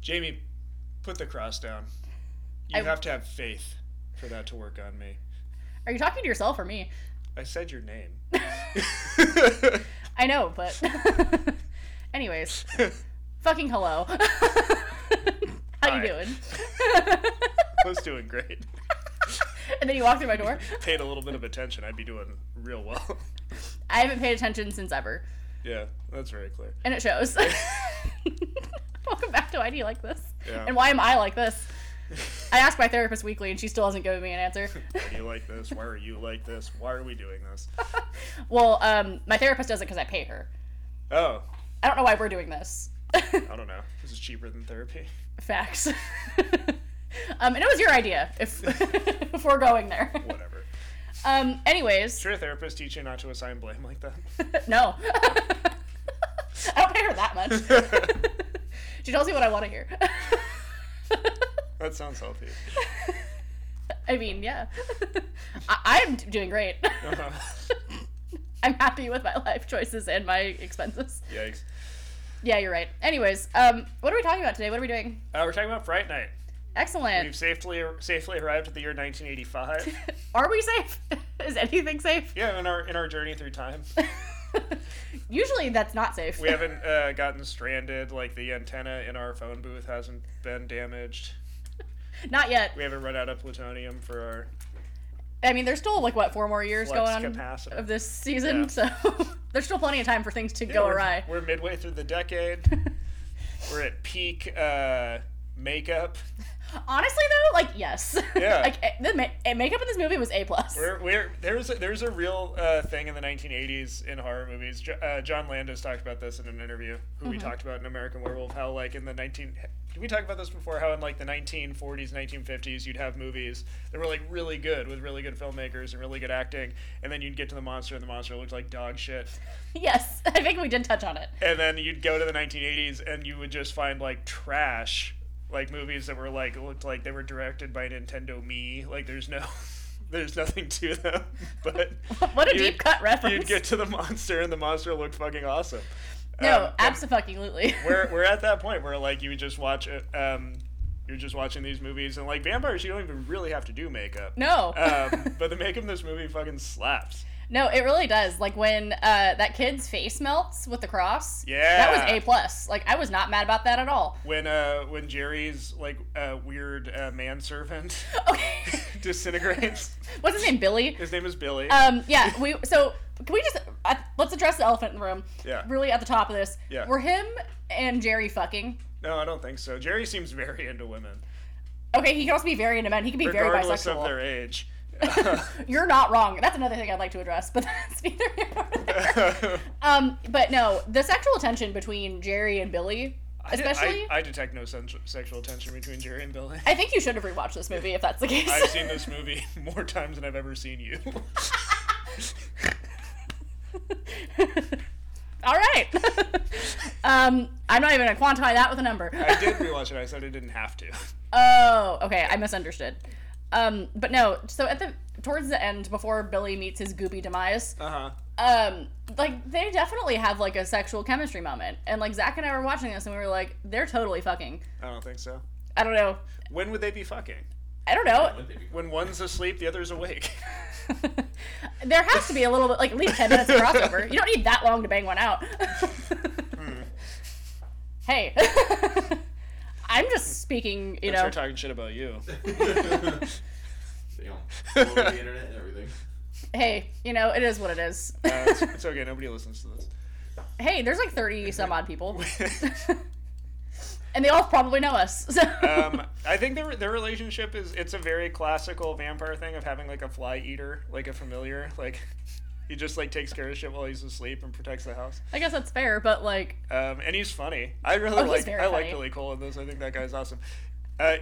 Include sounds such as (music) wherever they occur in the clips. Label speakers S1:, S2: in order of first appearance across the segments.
S1: Jamie, put the cross down. You
S2: I-
S1: have to have faith for that to work on me.
S2: Are you talking to yourself or me?
S1: I said your
S2: (laughs)
S1: name. (laughs)
S2: I know, but anyways, fucking hello. (laughs) How
S1: Hi.
S2: you doing? (laughs)
S1: was doing great.
S2: and then you walk through my door.
S1: (laughs) Paid a little bit of attention, I'd be doing real well. (laughs)
S2: I haven't paid attention since ever,
S1: yeah, that's very clear.
S2: and it shows. (laughs) Welcome back to Why Do You Like This?
S1: Yeah.
S2: And why am I like this? I ask my therapist weekly, and she still hasn't given me an answer.
S1: (laughs) Why do you like this? Why are you like this? Why are we doing this?
S2: Well, um, my therapist does it because I pay her.
S1: Oh,
S2: I don't know why we're doing this. (laughs)
S1: I don't know. This is cheaper than therapy. (laughs)
S2: Facts. (laughs) um, and it was your idea, if, (laughs) if we're going there.
S1: Whatever.
S2: Um, anyways,
S1: Should a therapist teach you not to assign blame like
S2: (laughs)
S1: that?
S2: no. I don't pay her that much.
S1: (laughs)
S2: she tells me what I want to hear. (laughs)
S1: that sounds healthy.
S2: I mean, yeah. I- I'm doing great.
S1: Uh-huh.
S2: (laughs) I'm happy with my life choices and my expenses.
S1: Yikes.
S2: Yeah, you're right. Anyways, um, what are we talking about today? What are we doing?
S1: Uh, we're talking about Fright Night.
S2: Excellent.
S1: We've safely safely arrived at the year
S2: (laughs)
S1: 1985.
S2: Are we safe? Is anything safe? (laughs)
S1: yeah, in our in our journey through time,
S2: Usually that's not safe.
S1: we haven't uh, gotten stranded. Like the antenna in our phone booth hasn't been damaged.
S2: not yet.
S1: We haven't run out of plutonium for our
S2: I mean, there's still like what four more years
S1: Flex
S2: going on
S1: capacitor.
S2: of this season,
S1: Yeah.
S2: so (laughs) there's still plenty of time for things to
S1: Yeah,
S2: go
S1: we're-
S2: awry.
S1: We're midway through the
S2: (laughs)
S1: decade. we're at peak uh, makeup.
S2: Honestly, though, like yes, (laughs)
S1: Yeah.
S2: like eh, the ma- eh, makeup in this movie was a plus.
S1: We're, we're, there's a, there's a real uh, thing in the 1980s in horror movies. Jo- uh, John Landis talked about this in an interview, who we talked about in American Werewolf. How like in the 19 did we talk about this before? How in like the 1940s, 1950s, you'd have movies that were like really good with really good filmmakers and really good acting, and then you'd get to the monster and the monster looked like dog shit.
S2: (laughs) Yes, (laughs) I think we did touch on it. (laughs)
S1: and then you'd go to the 1980s and you would just find like trash like movies that were like looked like they were directed by nintendo me like there's no (laughs) there's nothing to them (laughs) but
S2: (laughs) What a
S1: you'd-
S2: deep cut reference.
S1: you'd get to the monster and the monster looked fucking awesome
S2: no,
S1: Um, and
S2: absolutely.
S1: we're, we're at that point where like you would just watch uh, um you're just watching these movies and like vampires you don't even really have to do makeup
S2: (laughs) No,
S1: (laughs) um, but the makeup in this movie fucking slaps
S2: (laughs) no, it really does. Like when uh, that kid's face melts with the cross. that was
S1: Yeah.
S2: a plus. Like I was not mad about that at all.
S1: when uh when jerry's like uh, weird uh,
S2: (laughs)
S1: manservant
S2: Oh, Okay,
S1: (laughs) disintegrates
S2: what's his name? Billy.
S1: His name is Billy.
S2: Um, yeah, we so can we just uh, let's address the elephant in the room.
S1: Yeah.
S2: Really at the top of this.
S1: Yeah.
S2: Were him and Jerry fucking?
S1: no, I don't think so. Jerry seems very into women,
S2: Okay, he can also be very into men. He can be very
S1: regardless of
S2: bisexual.
S1: their age. (laughs)
S2: You're not wrong. That's another thing I'd like to address, but (laughs) that's neither here nor
S1: (laughs)
S2: there. Um, but no, the sexual tension between Jerry and Billy,
S1: I de-
S2: especially. I,
S1: I, I detect no sen- sexual tension between Jerry and Billy.
S2: think you should have rewatched this movie if that's the case.
S1: (laughs) I've seen this movie more times than I've ever seen you.
S2: (laughs)
S1: (laughs)
S2: All right. (laughs) um, I'm not even gonna quantify that with a number.
S1: I did rewatch it. I said I didn't have (laughs) to.
S2: Oh, okay. I misunderstood. Um, but no. So at the towards the end, before Billy meets his goopy demise,
S1: Uh huh.
S2: um, like they definitely have like a sexual chemistry moment, and like Zach and I were watching this, and we were like, they're totally fucking.
S1: I don't think so.
S2: I don't know.
S1: When would they be fucking?
S2: I don't know.
S3: (laughs)
S1: When one's asleep, the other's awake.
S2: There has to be a little bit, like at least ten minutes of crossover. You don't need that long to bang one out. (laughs) Hey, (laughs) I'm just speaking.
S1: (laughs)
S2: You
S1: I'm sure
S2: know,
S1: talking shit about (laughs) you.
S3: Damn. All over the internet and everything.
S2: hey, you know, it is what it is.
S1: Uh, it's, it's okay. Nobody listens to this.
S2: (laughs) hey, there's like 30 some odd people. (laughs) and they all probably know us. (laughs) So.
S1: um, I think their their relationship is it's a very classical vampire thing of having like a fly eater, like a familiar, like (laughs) he just like takes care of shit while he's asleep and protects the house.
S2: I guess that's fair, but like,
S1: Um, and he's funny. I really
S2: Oh, he's
S1: like I
S2: very
S1: like
S2: funny.
S1: Billy Cole in this. I think that guy's awesome. Uh,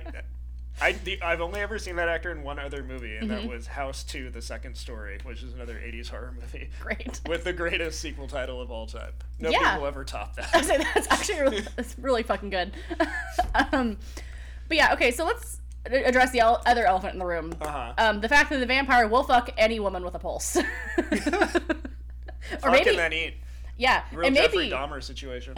S1: I the, I've only ever seen that actor in one other movie, and
S2: Mm-hmm.
S1: that was House Two: The Second Story, which is another '80s horror movie
S2: great. (laughs)
S1: with the greatest sequel title of all time. No
S2: Yeah.
S1: people ever top
S2: (laughs)
S1: that. Uh-huh.
S2: So that's
S1: (laughs)
S2: actually really, that's really fucking good. (laughs) um, but yeah, okay, so let's a- address the el- other elephant in the room.
S1: Uh-huh.
S2: Um, the fact that the vampire will fuck any woman with a pulse. (laughs) or
S1: Fuck
S2: maybe,
S1: and then eat.
S2: yeah,
S1: Real
S2: and
S1: Jeffrey
S2: maybe,
S1: Dahmer situation.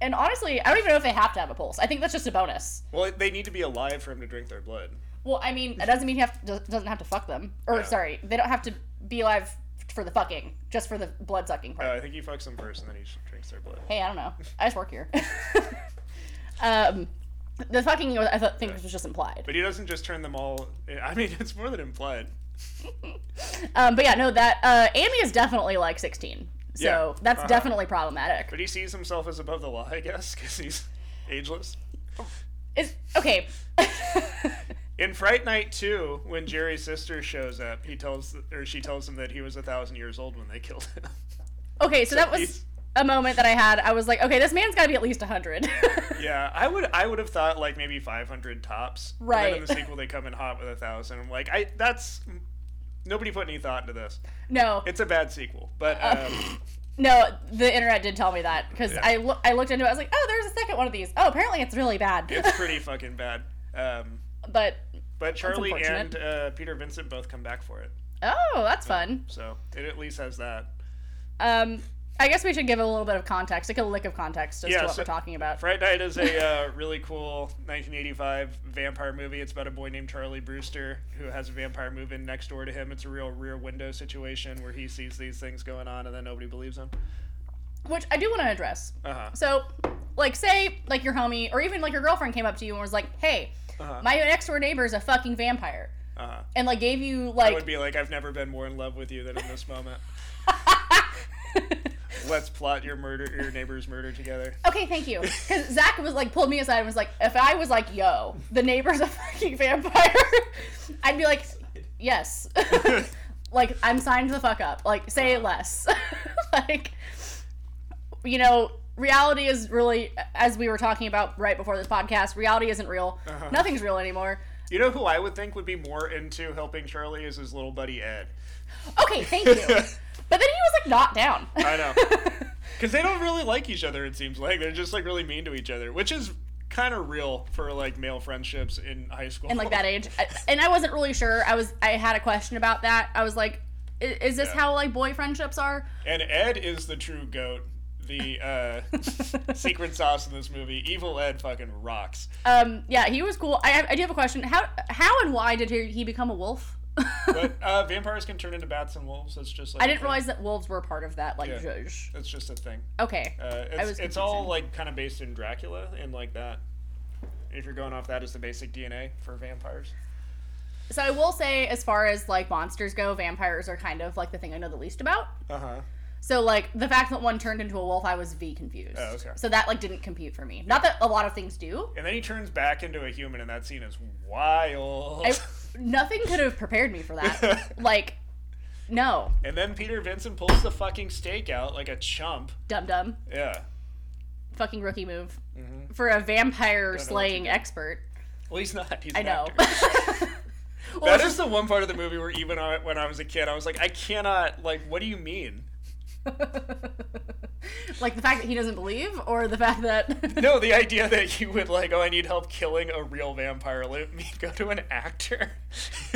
S2: and honestly, I don't even know if they have to have a pulse. I think that's just a bonus.
S1: Well, they need to be alive for him to drink their blood.
S2: Well, I mean, it doesn't mean he have to, doesn't have to fuck them. Or
S1: Yeah.
S2: sorry, they don't have to be alive for the fucking, just for the blood sucking part.
S1: Uh, I think he fucks them first, and then he sh- drinks their blood.
S2: hey, I don't know. I just work here. (laughs) um, the fucking I thought think was just implied.
S1: But he doesn't just turn them all. eh, I mean, (laughs) it's more than implied.
S2: Um, but yeah, no, that uh, Amy is definitely like 16. So
S1: Yeah.
S2: that's
S1: Uh-huh.
S2: definitely problematic.
S1: But he sees himself as above the law, I guess, because he's ageless.
S2: Is okay. (laughs)
S1: In Fright Night 2, when Jerry's sister shows up, he tells or she tells him that he was a thousand years old when they (laughs) killed him.
S2: okay, so that was
S1: he's-
S2: a moment that I had. I was like, okay, this man's got to be at least (laughs) 100.
S1: yeah, I would I would have thought like maybe 500 tops. And then
S2: Right.
S1: in the sequel, they come in hot with a thousand. I'm like, I that's nobody put any thought into this.
S2: no.
S1: It's a bad sequel, but um,
S2: No, the internet did tell me that because
S1: Yeah.
S2: I loo- I looked into it. I was like, oh, there's a second one of these. Oh, apparently it's really bad. (laughs)
S1: it's pretty fucking bad. Um,
S2: but
S1: but Charlie and
S2: unfortunate.
S1: uh, Peter Vincent both come back for it,
S2: oh, that's fun.
S1: so it at least has that.
S2: Um, I guess we should give a little bit of context, like a lick of context as
S1: Yeah,
S2: to what
S1: so-
S2: we're talking about.
S1: Fright Night is a uh, really cool 1985 vampire movie. It's about a boy named Charlie Brewster who has a vampire move in next door to him. It's a real rear window situation where he sees these things going on and then nobody believes him.
S2: Which I do want to address.
S1: Uh huh.
S2: So, like, say like your homie or even like your girlfriend came up to you and was like, hey,
S1: Uh-huh.
S2: my next door neighbor is a fucking vampire,
S1: Uh huh.
S2: and like gave you
S1: I would
S2: like
S1: be like, I've never been more in love with you than in this moment. Let's plot your murder, your neighbor's murder together. (laughs)
S2: Okay, thank you. Because Zach was like pulled me aside and was like, if I was like, yo, the neighbor's a (laughs) fucking vampire, (laughs) I'd be like, yes. (laughs) like I'm signed the fuck up. Like say
S1: Uh-huh.
S2: less. (laughs) like you know, reality is really as we were talking about right before this podcast. Reality isn't real.
S1: Uh-huh.
S2: Nothing's real anymore.
S1: You know who I would think would be more into helping Charlie is his little buddy Ed.
S2: Okay,
S1: (laughs)
S2: thank you. but then he was like not down. (laughs)
S1: I know. Because they don't really like each other, it seems like. They're just, like, really mean to each other, which is kind of real for, like, male friendships in high school.
S2: and like that age. I- And I wasn't really sure. I was I had a question about that. I was like, i- is this
S1: Yeah.
S2: how like boy friendships are?
S1: And Ed is the true goat. The
S2: (laughs)
S1: uh, secret sauce in this movie. Evil Ed fucking rocks.
S2: Um, yeah, he was cool. I, I do have a question. How how and why did he, he become a wolf? (laughs)
S1: But uh, vampires can turn into bats and wolves. That's just, like,
S2: I
S1: a
S2: didn't
S1: thing.
S2: realize that wolves were a part of that like
S1: Yeah.
S2: zhuzh.
S1: That's just a thing.
S2: Okay.
S1: Uh, it's,
S2: was
S1: it's all
S2: confusing.
S1: like kind of based in Dracula and like that. If you're going off that as the basic DNA for vampires,
S2: So I will say as far as like monsters go, vampires are kind of like the thing I know the least about.
S1: uh huh.
S2: So like the fact that one turned into a wolf, I was V confused.
S1: Oh, okay.
S2: So that like didn't compute for me. Not that a lot of things do.
S1: And then he turns back into a human, and that scene is wild. (laughs)
S2: I, nothing could have prepared me for that. like no,
S1: and then Peter Vincent pulls the fucking stake out like a chump.
S2: dum dum.
S1: Yeah.
S2: Fucking rookie move.
S1: Mm-hmm.
S2: For a vampire
S1: you
S2: slaying
S1: did.
S2: expert.
S1: Well, he's not. He's
S2: I
S1: an
S2: know. (laughs)
S1: actor.
S2: Well,
S1: That is the one part of the movie where even I, when I was a kid, I was like, I cannot. Like, what do you mean?
S2: (laughs) like the fact that he doesn't believe, or the fact that
S1: (laughs) No, the idea that you would like, oh, I need help killing a real vampire. Let me go to an actor.
S2: (laughs)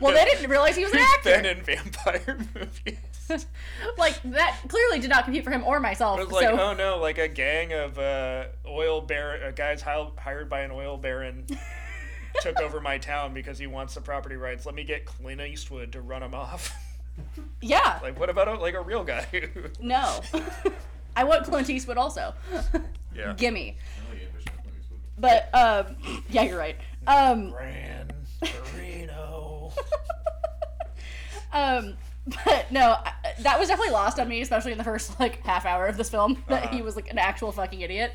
S2: well,
S1: (laughs)
S2: they didn't realize he was an
S1: Who's been
S2: actor.
S1: in vampire (laughs) movies.
S2: (laughs) like that clearly did not compute for him or myself.
S1: I was like,
S2: so
S1: oh no, like a gang of uh, oil baron, uh, guys hi- hired by an oil baron took over my town because he wants the property rights. Let me get Clint Eastwood to run him off. (laughs)
S2: yeah,
S1: like, what about a, like a real guy?
S2: no. (laughs) I want Clint Eastwood also. (laughs)
S1: yeah.
S2: Gimme.
S3: Oh, yeah, for sure. Clint Eastwood.
S2: But um, yeah, you're right. Um,
S1: Gran Torino.
S2: um, (laughs) but no, I, that was definitely lost on me, especially in the first like half hour of this film, that
S1: Uh-huh.
S2: he was like an actual
S1: (laughs)
S2: fucking idiot.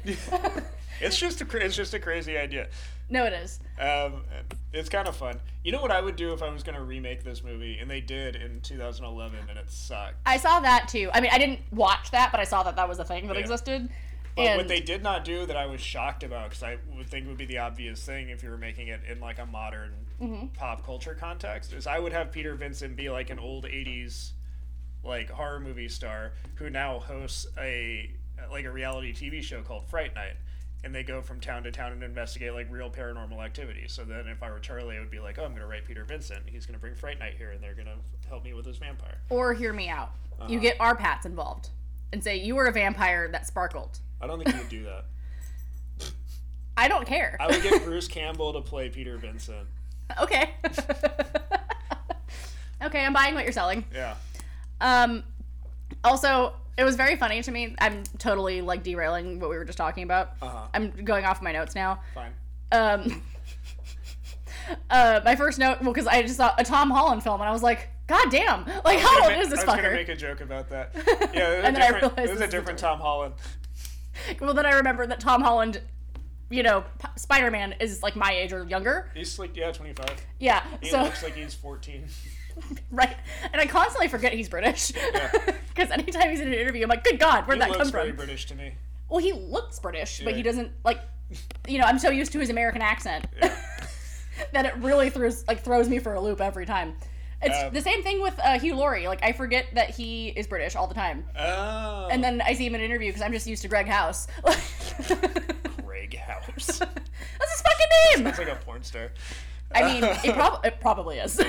S2: (laughs)
S1: it's just a cra- it's just a crazy idea.
S2: no, it is.
S1: Um, it's kind of fun. You know what I would do if I was going to remake this movie, and they did in 2011, and it sucked.
S2: I saw that too. I mean, I didn't watch that, but I saw that that was a thing that
S1: Yeah.
S2: existed.
S1: But
S2: and
S1: what they did not do that I was shocked about, because I would think would be the obvious thing if you were making it in like a modern pop culture context, is I would have Peter Vincent be like an old '80s like horror movie star who now hosts a like a reality TV show called Fright Night, and they go from town to town and investigate like real paranormal activity. So then, if I were Charlie, I would be like, "Oh, I'm gonna write Peter Vincent. He's gonna bring Fright Night here, and they're gonna help me with his vampire."
S2: or hear me out. You get our pats involved. and say you were a vampire that sparkled.
S1: I don't think you would do that.
S2: I don't care.
S1: I would get Bruce Campbell to play Peter Vincent.
S2: (laughs) okay. (laughs) okay, I'm buying what you're selling.
S1: Yeah.
S2: Um, also, it was very funny to me. I'm totally like derailing what we were just talking about.
S1: Uh-huh.
S2: I'm going off my notes now.
S1: Fine.
S2: Um, (laughs) uh, my first note, well, because I just saw a Tom Holland film and I was like, God damn! Like, how old
S1: Ma-
S2: is this
S1: I was gonna
S2: fucker?
S1: make a joke about
S2: (laughs)
S1: that. Yeah, it was,
S2: And
S1: a,
S2: then I
S1: different, it
S2: realized
S1: was
S2: this
S1: a
S2: is a
S1: different Tom Holland.
S2: Well, then I remember that Tom Holland, you know, P- Spider Man is like my age or younger.
S1: He's like yeah, twenty five.
S2: Yeah.
S1: He
S2: so
S1: looks like he's fourteen.
S2: (laughs) right, and I constantly forget he's British (laughs) because anytime he's in an interview, I'm like, Good God, where'd
S1: He
S2: that
S1: looks
S2: come
S1: very
S2: from?
S1: British to me.
S2: (laughs) Well, he looks British, but
S1: Yeah.
S2: he doesn't like. You know, I'm so used to his American accent that it really throws like throws me for a loop every time. It's
S1: Um,
S2: the same thing with uh, Hugh Laurie. Like I forget that he is British all the time,
S1: Oh.
S2: and then I see him in an interview because I'm just used to Greg House. (laughs) That's
S1: (laughs) Greg House.
S2: (laughs) his fucking name.
S1: That's like a porn star.
S2: I mean,
S1: (laughs)
S2: it, prob- it probably is. (laughs)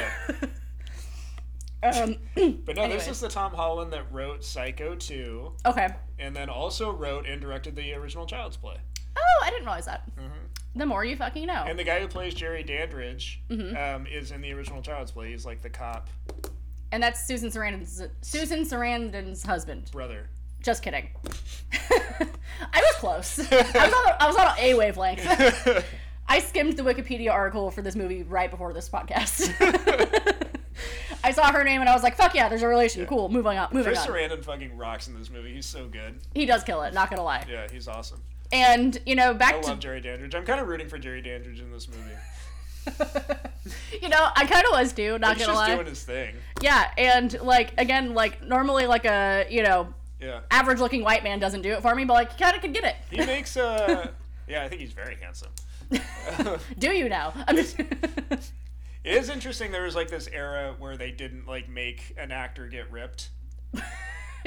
S2: um,
S1: But no, this
S2: Anyway.
S1: is the Tom Holland that wrote Psycho 2
S2: okay.
S1: and then also wrote and directed the original Child's Play.
S2: Oh, I didn't realize that. The more you fucking know.
S1: Mm-hmm. And the guy who plays Jerry Dandridge
S2: Mm-hmm.
S1: um, is in the original Child's Play. He's like the cop
S2: and that's Susan Sarandon's Susan Sarandon's husband. (laughs)
S1: brother.
S2: Just kidding. I was close. I was on a, I was on a wavelength. (laughs) I skimmed the Wikipedia article for this movie right before this podcast. (laughs) I saw her name and I was like, "Fuck yeah, there's a relation. Cool, moving on, moving
S1: Chris
S2: on."
S1: Sarandon fucking rocks in this movie. He's so good.
S2: He does kill it. Not gonna lie.
S1: Yeah, he's awesome.
S2: And you know,
S1: I
S2: back to (laughs)
S1: love Jerry Dandridge. I'm kind of rooting for Jerry Dandridge in this movie.
S2: you know, I kind of was too. Not
S1: He's
S2: gonna
S1: just
S2: lie.
S1: doing his thing.
S2: Yeah, and like again, like normally, like a you know (laughs)
S1: Yeah.
S2: average-looking white man doesn't do it for me, but like you kind of could get it.
S1: He makes uh yeah, I think he's very
S2: (laughs)
S1: handsome.
S2: Do you now? (laughs) I'm just
S1: It is interesting there was like this era where they didn't like make an actor get ripped.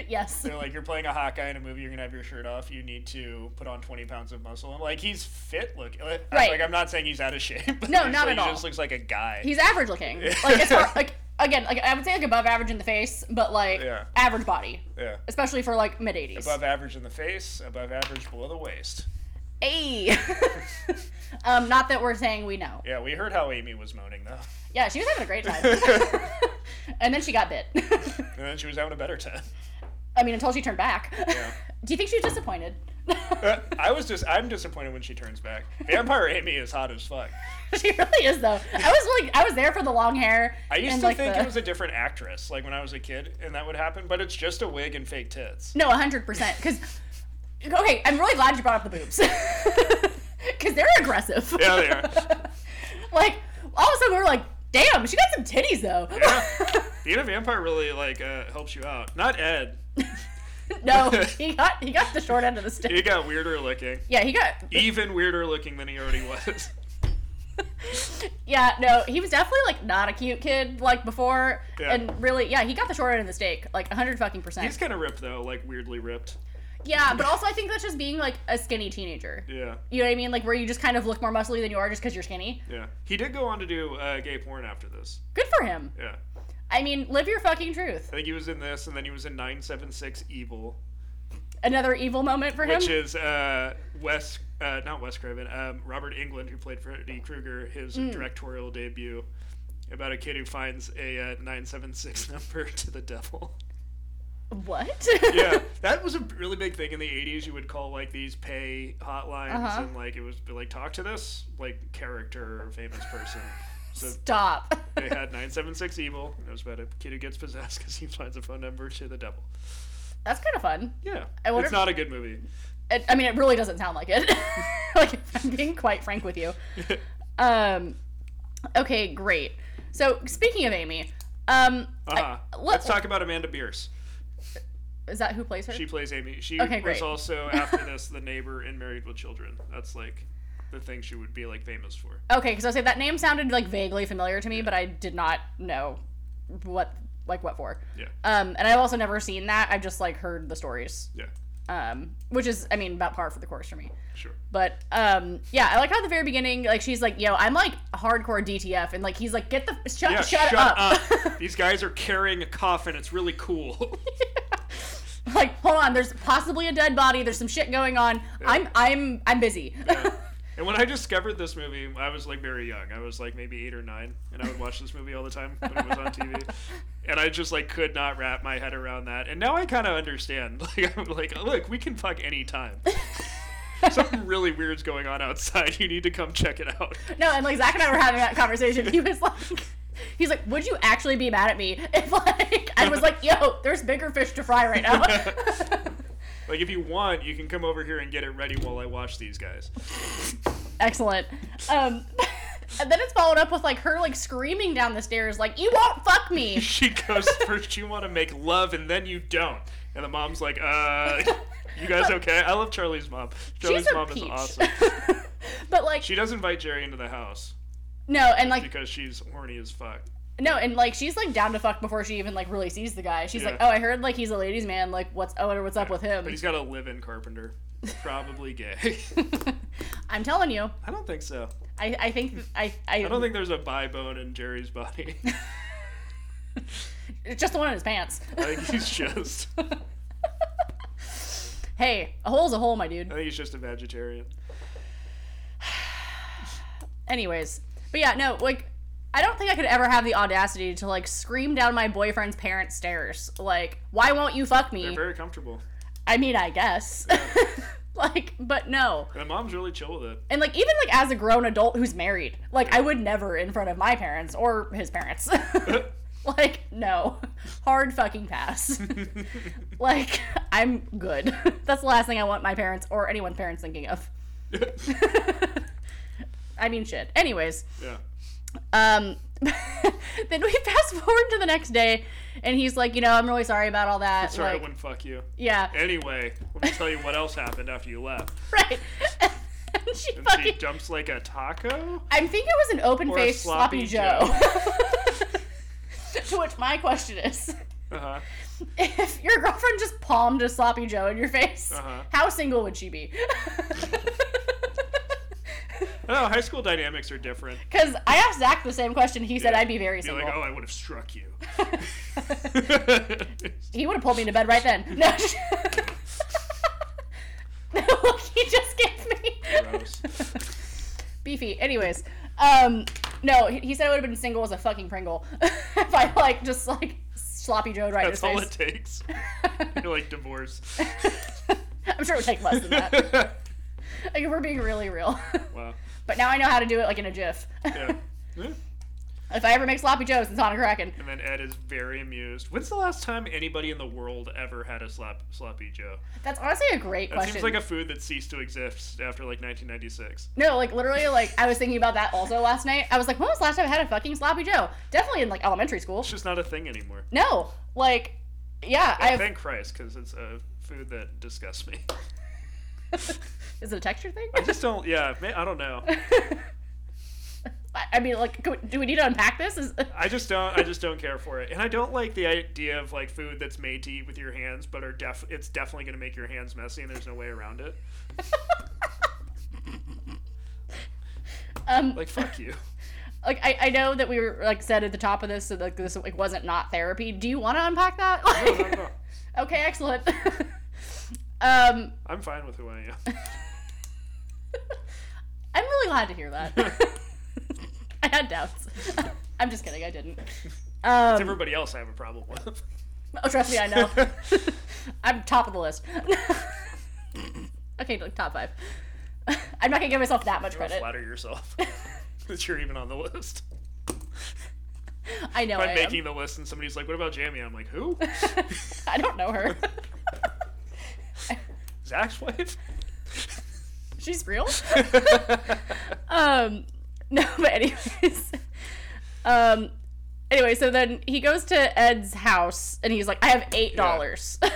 S2: yes.
S1: They're like, you're playing a hot guy in a movie, you're gonna have your shirt off. You need to put on 20 pounds of muscle. I'm like, he's fit. Look, like,
S2: Right.
S1: Like, I'm not saying he's out of shape. (laughs)
S2: No,
S1: He's
S2: not
S1: like-
S2: at
S1: he
S2: all.
S1: just looks like a guy.
S2: He's average-looking. Like
S1: (laughs)
S2: as far like again, like I would say like above average in the face, but like
S1: Yeah.
S2: average body,
S1: yeah.
S2: especially for like mid 80s.
S1: Above average in the face, above average below the waist.
S2: Hey. (laughs) um, not that we're saying we know.
S1: Yeah, we heard how Amy was moaning though, (laughs)
S2: Yeah, she was having a great time. (laughs) and then she got bit. (laughs)
S1: and then she was having a better time.
S2: I mean, until she turned back.
S1: Yeah.
S2: (laughs) Do you think she was
S1: (laughs)
S2: disappointed? (laughs)
S1: I was just, I'm disappointed when she turns back. Vampire Amy is hot as fuck.
S2: she really is though. I was like, I was there for the long hair.
S1: I used
S2: and,
S1: to
S2: like,
S1: think
S2: the...
S1: it was a different actress, like when I was a kid, and that would happen. But it's just a wig and fake
S2: (laughs)
S1: tits.
S2: No, hundred percent. Because okay, I'm really glad you brought up the boobs (laughs) because they're aggressive.
S1: Yeah, they are.
S2: (laughs) like all of a sudden we were like, damn, she got some titties though.
S1: Yeah. Being a vampire really like uh, helps you out. Not Ed.
S2: (laughs)
S1: (laughs)
S2: no, he got he got the short end of the stick.
S1: He got weirder looking.
S2: Yeah, he got.
S1: Even weirder looking than he already
S2: (laughs)
S1: was.
S2: Yeah, no, he was definitely like not a cute kid like before,
S1: Yeah.
S2: and really, yeah, he got the short end of the stick, like hundred fucking
S1: He's
S2: percent.
S1: kind of ripped though, like weirdly ripped.
S2: Yeah, but also I think that's just being like a skinny teenager.
S1: Yeah,
S2: You know what I mean? Like where you just kind of look more muscly than you are just because you're skinny.
S1: yeah. He did go on to do uh, gay porn after this.
S2: Good for him.
S1: Yeah,
S2: I mean, live your fucking truth.
S1: I think he was in this, and then he was in Nine Seven Six Evil,
S2: Another evil moment for him.
S1: which is uh, Wes, uh, not Wes Craven, um, Robert England, who played Freddy Krueger, his
S2: Hmm.
S1: directorial debut. About a kid who finds a uh, 976 (laughs) number to the
S2: (laughs)
S1: devil.
S2: What?
S1: yeah, that was a really big thing in the '80s. You would call like these pay hotlines,
S2: Uh-huh.
S1: and like it was be like talk to this like character or famous person. So (laughs)
S2: (laughs) Stop.
S1: they had nine seven six evil. And it was about a kid who gets possessed because he finds a phone number to the devil.
S2: That's kind of fun.
S1: Yeah,
S2: I wonder
S1: it's
S2: if-
S1: not a good movie.
S2: It, I mean, it really doesn't sound like it. (laughs) like, if I'm being quite frank with you. Um, okay, great. So, speaking of Amy, um, I-
S1: Uh-huh.
S2: let-
S1: Let's talk about Amanda Bierce.
S2: is that who plays her?
S1: She plays Amy. She
S2: Okay,
S1: was
S2: great.
S1: also after
S2: (laughs)
S1: this the neighbor in Married with Children. That's like the thing she would be like famous for.
S2: okay, because I say that name sounded like vaguely familiar to me, but I did not know what like what for.
S1: Yeah,
S2: Um, and I've also never seen that. I've just like heard the stories,
S1: yeah,
S2: um, which is, I mean, about par for the course for me.
S1: sure.
S2: But um, yeah, I like how at the very beginning, like she's like, "Yo, I'm like hardcore DTF," and like he's like, "Get the shut,
S1: Yeah,
S2: shut,
S1: shut
S2: (laughs) up." (laughs)
S1: up. These guys are carrying a coffin. It's really cool.
S2: like, hold on, there's possibly a dead body, there's some shit going on. I'm I'm I'm busy.
S1: Yeah. And when I discovered this movie, I was like very young. I was like maybe eight or nine, and I would watch this movie all the time when it was on
S2: (laughs)
S1: TV. And I just like could not wrap my head around that. And now I kind of understand. (laughs) Like I'm like, look, we can fuck any
S2: (laughs)
S1: time. Something really weird's going on outside. You need to come check it out.
S2: (laughs) No, and like Zach and I were having that conversation. He was like, (laughs) he's like, would you actually be mad at me (laughs) if like I was like, yo, there's bigger fish to fry right now. (laughs)
S1: Like if you want, you can come over here and get it ready while I watch these guys. (laughs)
S2: Excellent. Um, (laughs) and then it's followed up with like her like screaming down the stairs, like, you won't
S1: (laughs)
S2: fuck me.
S1: She goes first. You want to make love, and then you don't. And the mom's like,
S2: (laughs)
S1: uh. You guys okay? I love Charlie's mom. Charlie's
S2: She's a
S1: mom
S2: peach.
S1: is awesome.
S2: (laughs) but like,
S1: She does invite Jerry into the house
S2: no, and like,
S1: because she's horny as fuck.
S2: No, and like she's like down to fuck before she even like really sees the guy. She's
S1: Yeah.
S2: like, "Oh, I heard like he's a ladies' man. Like, what's oh, I wonder what's up with
S1: But
S2: him?"
S1: he's got a live-in carpenter, probably gay. (laughs)
S2: (laughs) I'm telling you,
S1: I don't think so.
S2: I I think I
S1: I
S2: I,
S1: don't think there's a bi bone in Jerry's body. (laughs)
S2: it's just the one in his pants. (laughs)
S1: I think he's just.
S2: hey, a hole's a hole, my dude.
S1: I think he's just a vegetarian.
S2: Anyways, but yeah, no, like I don't think I could ever have the audacity to like scream down my boyfriend's parents' stairs. Like, why won't you fuck
S1: They're
S2: me?
S1: very comfortable.
S2: I mean, I guess. (laughs) like, but no.
S1: And the mom's really chill with it.
S2: And like even like as a grown adult who's married, like I would never in front of my parents or
S1: (laughs)
S2: his parents. (laughs) like no. Hard fucking pass. (laughs) like (laughs) I'm good. (laughs) That's the last thing I want my parents or anyone's parents thinking of. (laughs) I mean shit. Anyways,
S1: (laughs) yeah.
S2: um (laughs) then we fast forward to the next day and he's like, you know, I'm really sorry about all that.
S1: Sorry,
S2: like,
S1: I wouldn't fuck you. (laughs)
S2: yeah.
S1: Anyway, let me tell you what else happened after you left.
S2: right. (laughs) and she
S1: And
S2: fucking
S1: she jumps like a taco.
S2: I think it was an open
S1: a
S2: faced sloppy,
S1: sloppy
S2: Joe.
S1: (laughs)
S2: to (laughs) which my question is
S1: Uh huh.
S2: if your girlfriend just palmed a sloppy Joe in your face,
S1: Uh-huh.
S2: how single would
S1: (laughs)
S2: she be? (laughs)
S1: I don't know. High school dynamics are different.
S2: Because I asked Zach the same question. He said I'd be very
S1: You're
S2: single.
S1: like, oh, I would have struck
S2: (laughs)
S1: you. (laughs)
S2: He would have pulled me into bed right then. No. The (laughs) look he just gave me.
S1: Gross.
S2: (laughs) Beefy. Anyways, um, no, he, he said I would have been single as a fucking Pringle (laughs) if I like just like sloppy Joe right in his
S1: That's all
S2: face.
S1: it takes. (laughs) You're like divorce.
S2: (laughs) I'm sure it would take less
S1: (laughs)
S2: than that. Like if we're being really real.
S1: wow.
S2: but now I know how to do it like in a GIF.
S1: Yeah. Yeah.
S2: (laughs) if I ever make sloppy joes, it's on a Kraken.
S1: And then Ed is very amused. When's the last time anybody in the world ever had a slap, sloppy Joe?
S2: That's honestly a great
S1: That
S2: question.
S1: seems like a food that ceased to exist after like 1996.
S2: no, like literally, like I was thinking about that also last night. I was like, when was the last time I had a fucking sloppy joe? Definitely in like elementary school.
S1: It's just not a thing anymore.
S2: No, like, yeah, I
S1: I
S2: have.
S1: thank Christ because it's a food that disgusts me.
S2: Is it a texture thing?
S1: I just don't. Yeah, ma- I don't know.
S2: (laughs) I, I mean, like, can we- do we need to unpack this? Is, (laughs)
S1: I just don't. I just don't care for it, and I don't like the idea of like food that's made to eat with your hands, but are def. It's definitely going to make your hands messy, and there's no way around it.
S2: um,
S1: Like fuck
S2: (laughs)
S1: you.
S2: like I, I know that we were like said at the top of this, so like this like, wasn't not therapy. Do you want to unpack that?
S1: No, no, no.
S2: (laughs) okay, excellent. (laughs) um,
S1: I'm fine with who I am.
S2: I'm really glad to hear
S1: (laughs)
S2: that. (laughs) I had doubts. (laughs) I'm just kidding. I didn't.
S1: It's
S2: Um,
S1: everybody else I have a problem
S2: (laughs)
S1: with.
S2: oh, trust me,
S1: (laughs)
S2: I know. I'm top of the list. (laughs) okay, like top five. (laughs) I'm not gonna give myself that much
S1: Don't
S2: credit.
S1: flatter yourself (laughs) that you're even on the list.
S2: (laughs) I know I
S1: I'm
S2: am.
S1: making the list, and somebody's like, "What about Jamie?" I'm like, "Who?
S2: (laughs) I don't
S1: (laughs)
S2: know her.
S1: Zach's
S2: (laughs)
S1: wife?"
S2: She's real. um, no, but anyways. Um, anyway, so then he goes to Ed's house and he's like, "I have eight dollars. (laughs)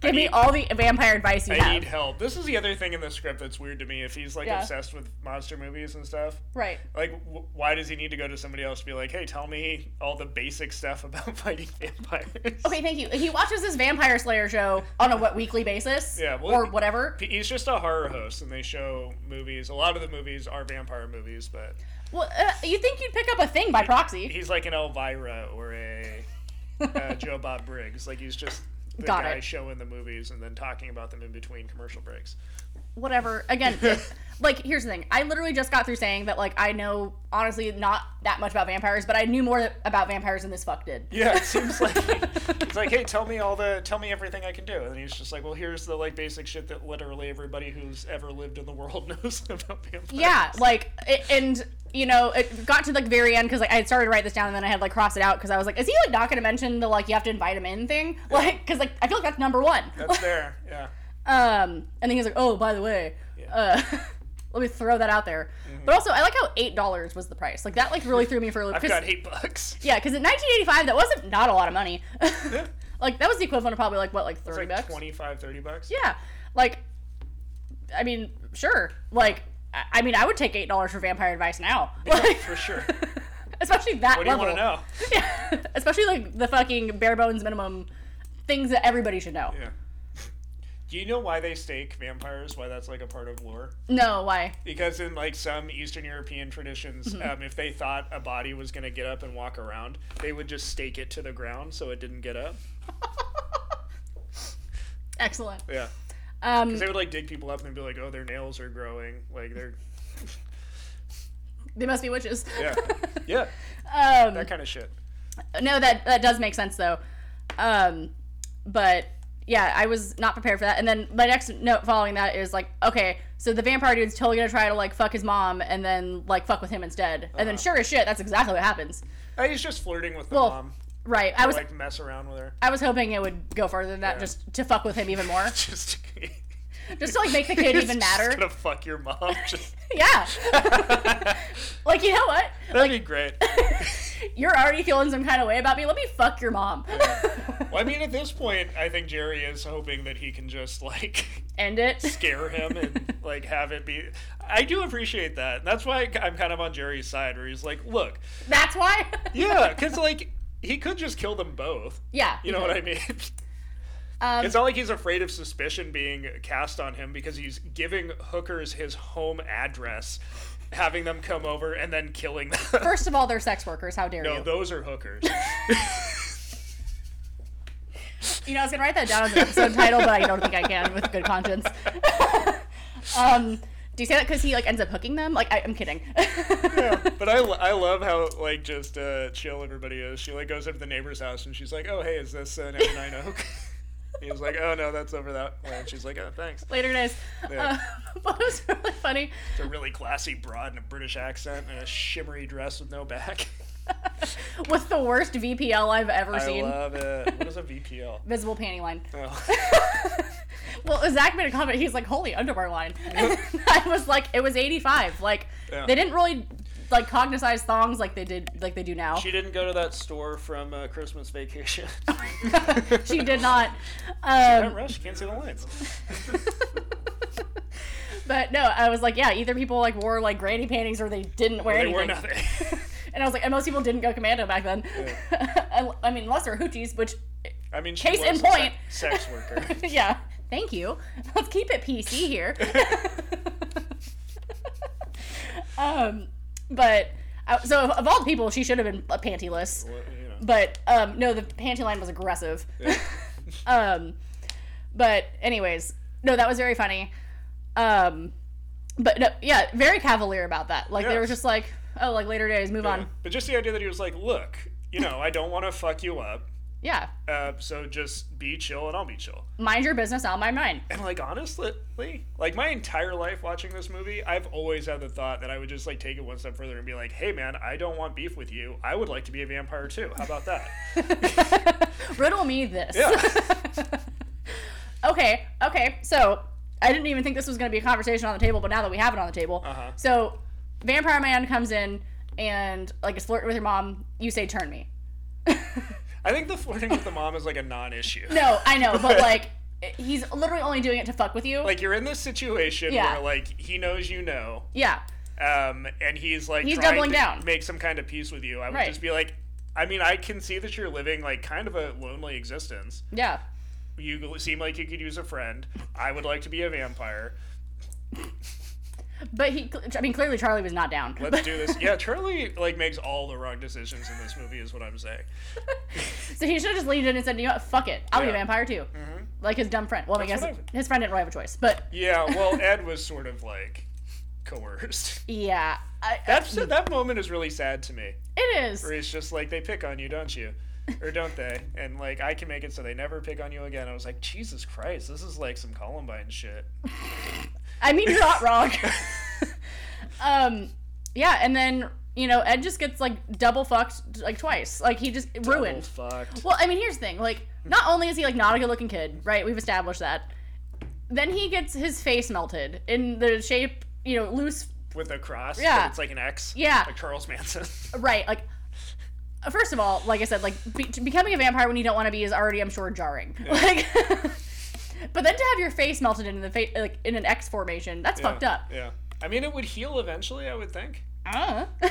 S2: give me
S1: need-
S2: all the vampire advice you
S1: I
S2: have."
S1: need help. This is the other thing in the script that's weird to me. If he's like
S2: Yeah.
S1: obsessed with monster movies and stuff,
S2: right.
S1: Like, w- why does he need to go to somebody else to be like, hey, tell me all the basic stuff (laughs) about fighting vampires?
S2: Okay, thank you. He watches this Vampire Slayer show on a what weekly basis?
S1: Yeah, well,
S2: or whatever.
S1: He's just a horror host, and they show movies. A lot of the movies are vampire movies, but
S2: Well, uh, you think you'd pick up a thing by proxy? (laughs)
S1: he's like an Elvira or a uh, Joe Bob Briggs. Like, he's just the
S2: Got
S1: guy
S2: it.
S1: showing the movies and then talking about them in between commercial breaks.
S2: whatever. Again,
S1: (laughs)
S2: it- like here's the thing. I literally just got through saying that like I know honestly not that much about vampires, but I knew more about vampires than this fuck did.
S1: Yeah, it (laughs) seems like it's like, hey, tell me all the, tell me everything I can do, and he's just like, well, here's the like basic shit that literally everybody who's ever lived in the world (laughs) knows about vampires.
S2: (laughs) Yeah, like it, and you know it got to the very end because like I had started to write this down and then I had like crossed it out because I was like, is he like not gonna mention the like you have to invite him in thing? Like because like I feel like that's number one.
S1: that's there. Yeah,
S2: Um, and then he's like, oh by the way,
S1: Yeah. Mm-hmm.
S2: uh, (laughs) let me throw that out there. But also I like how eight dollars was the price. Like that like really threw me for a loop.
S1: I've
S2: 'cause-
S1: got eight bucks.
S2: Yeah, because in 1985, that wasn't not a lot of money. (laughs) like that was the equivalent of probably like what, like
S1: It's
S2: 30
S1: like
S2: bucks.
S1: 25, 30 bucks.
S2: Yeah, like, I mean, sure. Like, I, I mean, I would take eight dollars for vampire advice now. (laughs)
S1: Yeah, (laughs)
S2: Like,
S1: for sure.
S2: especially that
S1: What do you
S2: level.
S1: want to know?
S2: Yeah, (laughs) especially like the fucking bare bones minimum things that everybody should know.
S1: Yeah. Do you know why they stake vampires? Why that's like a part of lore?
S2: No, why? (laughs)
S1: Because in like some Eastern European traditions, um, if they thought a body was going to get up and walk around, they would just stake it to the ground so it didn't get up.
S2: Excellent.
S1: Yeah.
S2: Um,
S1: They would like dig people up and be like, "Oh, their nails are growing." Like they're
S2: (laughs) they must be witches.
S1: (laughs) yeah, yeah,
S2: um,
S1: that kind of shit.
S2: no that that does make sense though um but yeah i was not prepared for that and then my next note following that is like okay so the vampire dude's totally gonna try to like fuck his mom and then like fuck with him instead and
S1: Uh-huh.
S2: then sure as shit that's exactly what happens
S1: Uh, he's just flirting with the
S2: Well,
S1: mom,
S2: right i was
S1: like mess around with her. (laughs)
S2: i was hoping it would go further than that
S1: Yeah.
S2: just to fuck with him
S1: (laughs)
S2: even more
S1: Just
S2: just to like (laughs) make
S1: (laughs)
S2: the kid
S1: He's
S2: even
S1: just
S2: madder
S1: Gonna fuck your
S2: (laughs)
S1: mom. Just,
S2: yeah
S1: (laughs) that'd
S2: like you know what
S1: be
S2: (laughs)
S1: great.
S2: you're already feeling some kind of way about me let me fuck your mom
S1: Well, I mean, at this point, I think Jerry is hoping that he can just like
S2: (laughs)
S1: (laughs)
S2: end it
S1: scare him and
S2: (laughs)
S1: like have it be. I do appreciate that. That's why I'm kind of on Jerry's side, where he's like, "Look,
S2: that's
S1: (laughs)
S2: why
S1: yeah, because like he could just kill them both."
S2: yeah
S1: You know what I mean?
S2: (laughs)
S1: (laughs)
S2: um,
S1: It's not like he's afraid of suspicion being cast on him because he's giving hookers his home address, having them come over and then killing them. (laughs)
S2: First of all, they're sex workers. How dare
S1: no,
S2: you?
S1: those are hookers.
S2: you know, I was gonna write that down as an episode title, but I don't think I can with good conscience. (laughs) um, do you say that because he like ends up hooking them? Like, I, I'm kidding.
S1: Yeah, (laughs) but I, lo- I love how like just uh, chill everybody is. She like goes up to the neighbor's house and she's like, "Oh hey, is this uh, 99 Oak?" (laughs) he was like, "Oh no, that's over that way." And she's like, "Oh thanks."
S2: (laughs) Later days.
S1: Yeah.
S2: Uh, (laughs) but it was really funny.
S1: It's a really classy broad in a British accent and a shimmery dress with no
S2: (laughs)
S1: back.
S2: With the worst VPL I've ever
S1: I
S2: seen.
S1: love it. What is a
S2: (laughs)
S1: VPL?
S2: Visible panty line.
S1: Oh.
S2: well, Zach made a comment. He's like, "Holy underwear
S1: (laughs)
S2: line," and I was like, "It was 85." Like,
S1: Yeah.
S2: they didn't really like cognitize thongs like they did like they do
S1: (laughs)
S2: now.
S1: She didn't go to that store from uh, Christmas Vacation.
S2: (laughs) she did not. Um,
S1: (laughs) Can't rush. Can't see the lines.
S2: (laughs) but no, I was like, yeah, either people like wore like granny panties or they didn't wear
S1: They
S2: anything.
S1: were nothing. (laughs)
S2: (laughs) and I was like, and most people didn't go commando back then. (laughs) I, I mean, unless they're hoochies, which (laughs)
S1: I mean, she
S2: Case
S1: was
S2: in
S1: a
S2: point.
S1: se- sex worker.
S2: yeah, thank you. Let's keep it PC here. (laughs) um, but I, so of, of all the people, she should have been uh, pantless.
S1: Well, you know.
S2: But um, no, the panty line was aggressive. (laughs) um, but anyways, no, that was very funny. Um, but no, yeah, very cavalier about that. Like they were
S1: Yes.
S2: just like, oh, like later days, move on.
S1: But just the idea that he was like, "Look, you know, I don't want to fuck you up,
S2: Yeah,
S1: uh, so just be chill, and I'll be chill."
S2: mind your business, I'll
S1: (laughs)
S2: mind mine.
S1: And like honestly, like my entire life watching this movie, I've always had the thought that I would just like take it one step further and be like, "Hey, man, I don't want beef with you. I would like to be a vampire too. How about
S2: (laughs)
S1: that?"
S2: Riddle me this.
S1: Yeah.
S2: (laughs) okay, okay. So I didn't even think this was going to be a conversation on the table, but now that we have it on the table,
S1: Uh-huh.
S2: so Vampire Man comes in and like is flirting with your mom. You say, "Turn me."
S1: I think the flirting with the mom is like a non-issue.
S2: No, I know,
S1: (laughs)
S2: but like he's literally only doing it to fuck with you.
S1: Like you're in this situation
S2: Yeah.
S1: where like he knows you know,
S2: yeah,
S1: um, and he's like
S2: He's
S1: trying
S2: doubling
S1: to
S2: down.
S1: make some kind of peace with you. I would
S2: Right.
S1: just be like, I mean, I can see that you're living like kind of a lonely existence.
S2: yeah.
S1: You seem like you could use a friend. I would like to be a vampire.
S2: But he, I mean, clearly Charlie was not down.
S1: Let's do this. Yeah, Charlie like makes all the wrong decisions in this movie, is what I'm saying.
S2: (laughs) so he should have just leaned in and said, you know what, fuck it. I'll be a
S1: Yeah. Mm-hmm.
S2: vampire too. Like his dumb friend. Well, I
S1: That's
S2: guess
S1: what I-
S2: his friend didn't really have a choice. But
S1: Yeah, well, Ed was sort of like coerced.
S2: yeah. I,
S1: That's that moment is really sad to me.
S2: it is.
S1: Where it's just like they pick on you, don't you? Or don't they? And like I can make it so they never pick on you again. I was like, Jesus Christ, this is like some Columbine shit.
S2: I mean,
S1: (laughs)
S2: you're not wrong. um, yeah, and then you know Ed just gets like double fucked like twice. Like he just ruined.
S1: Double fucked.
S2: Well, I mean, here's the thing. Like, not only is he like not a good-looking kid, right? We've established that. Then he gets his face melted in the shape, you know, loose.
S1: With a cross.
S2: Yeah.
S1: but It's like an X.
S2: Yeah.
S1: Like Charles
S2: (laughs)
S1: Manson.
S2: Right, like. First of all, like I said, like be- becoming a vampire when you don't want to be is already, I'm sure, jarring. Like, (laughs) but then to have your face melted in the face, like in an X formation, that's fucked
S1: Yeah,
S2: up.
S1: Yeah. I mean it would heal eventually, I would think.
S2: Uh. (laughs)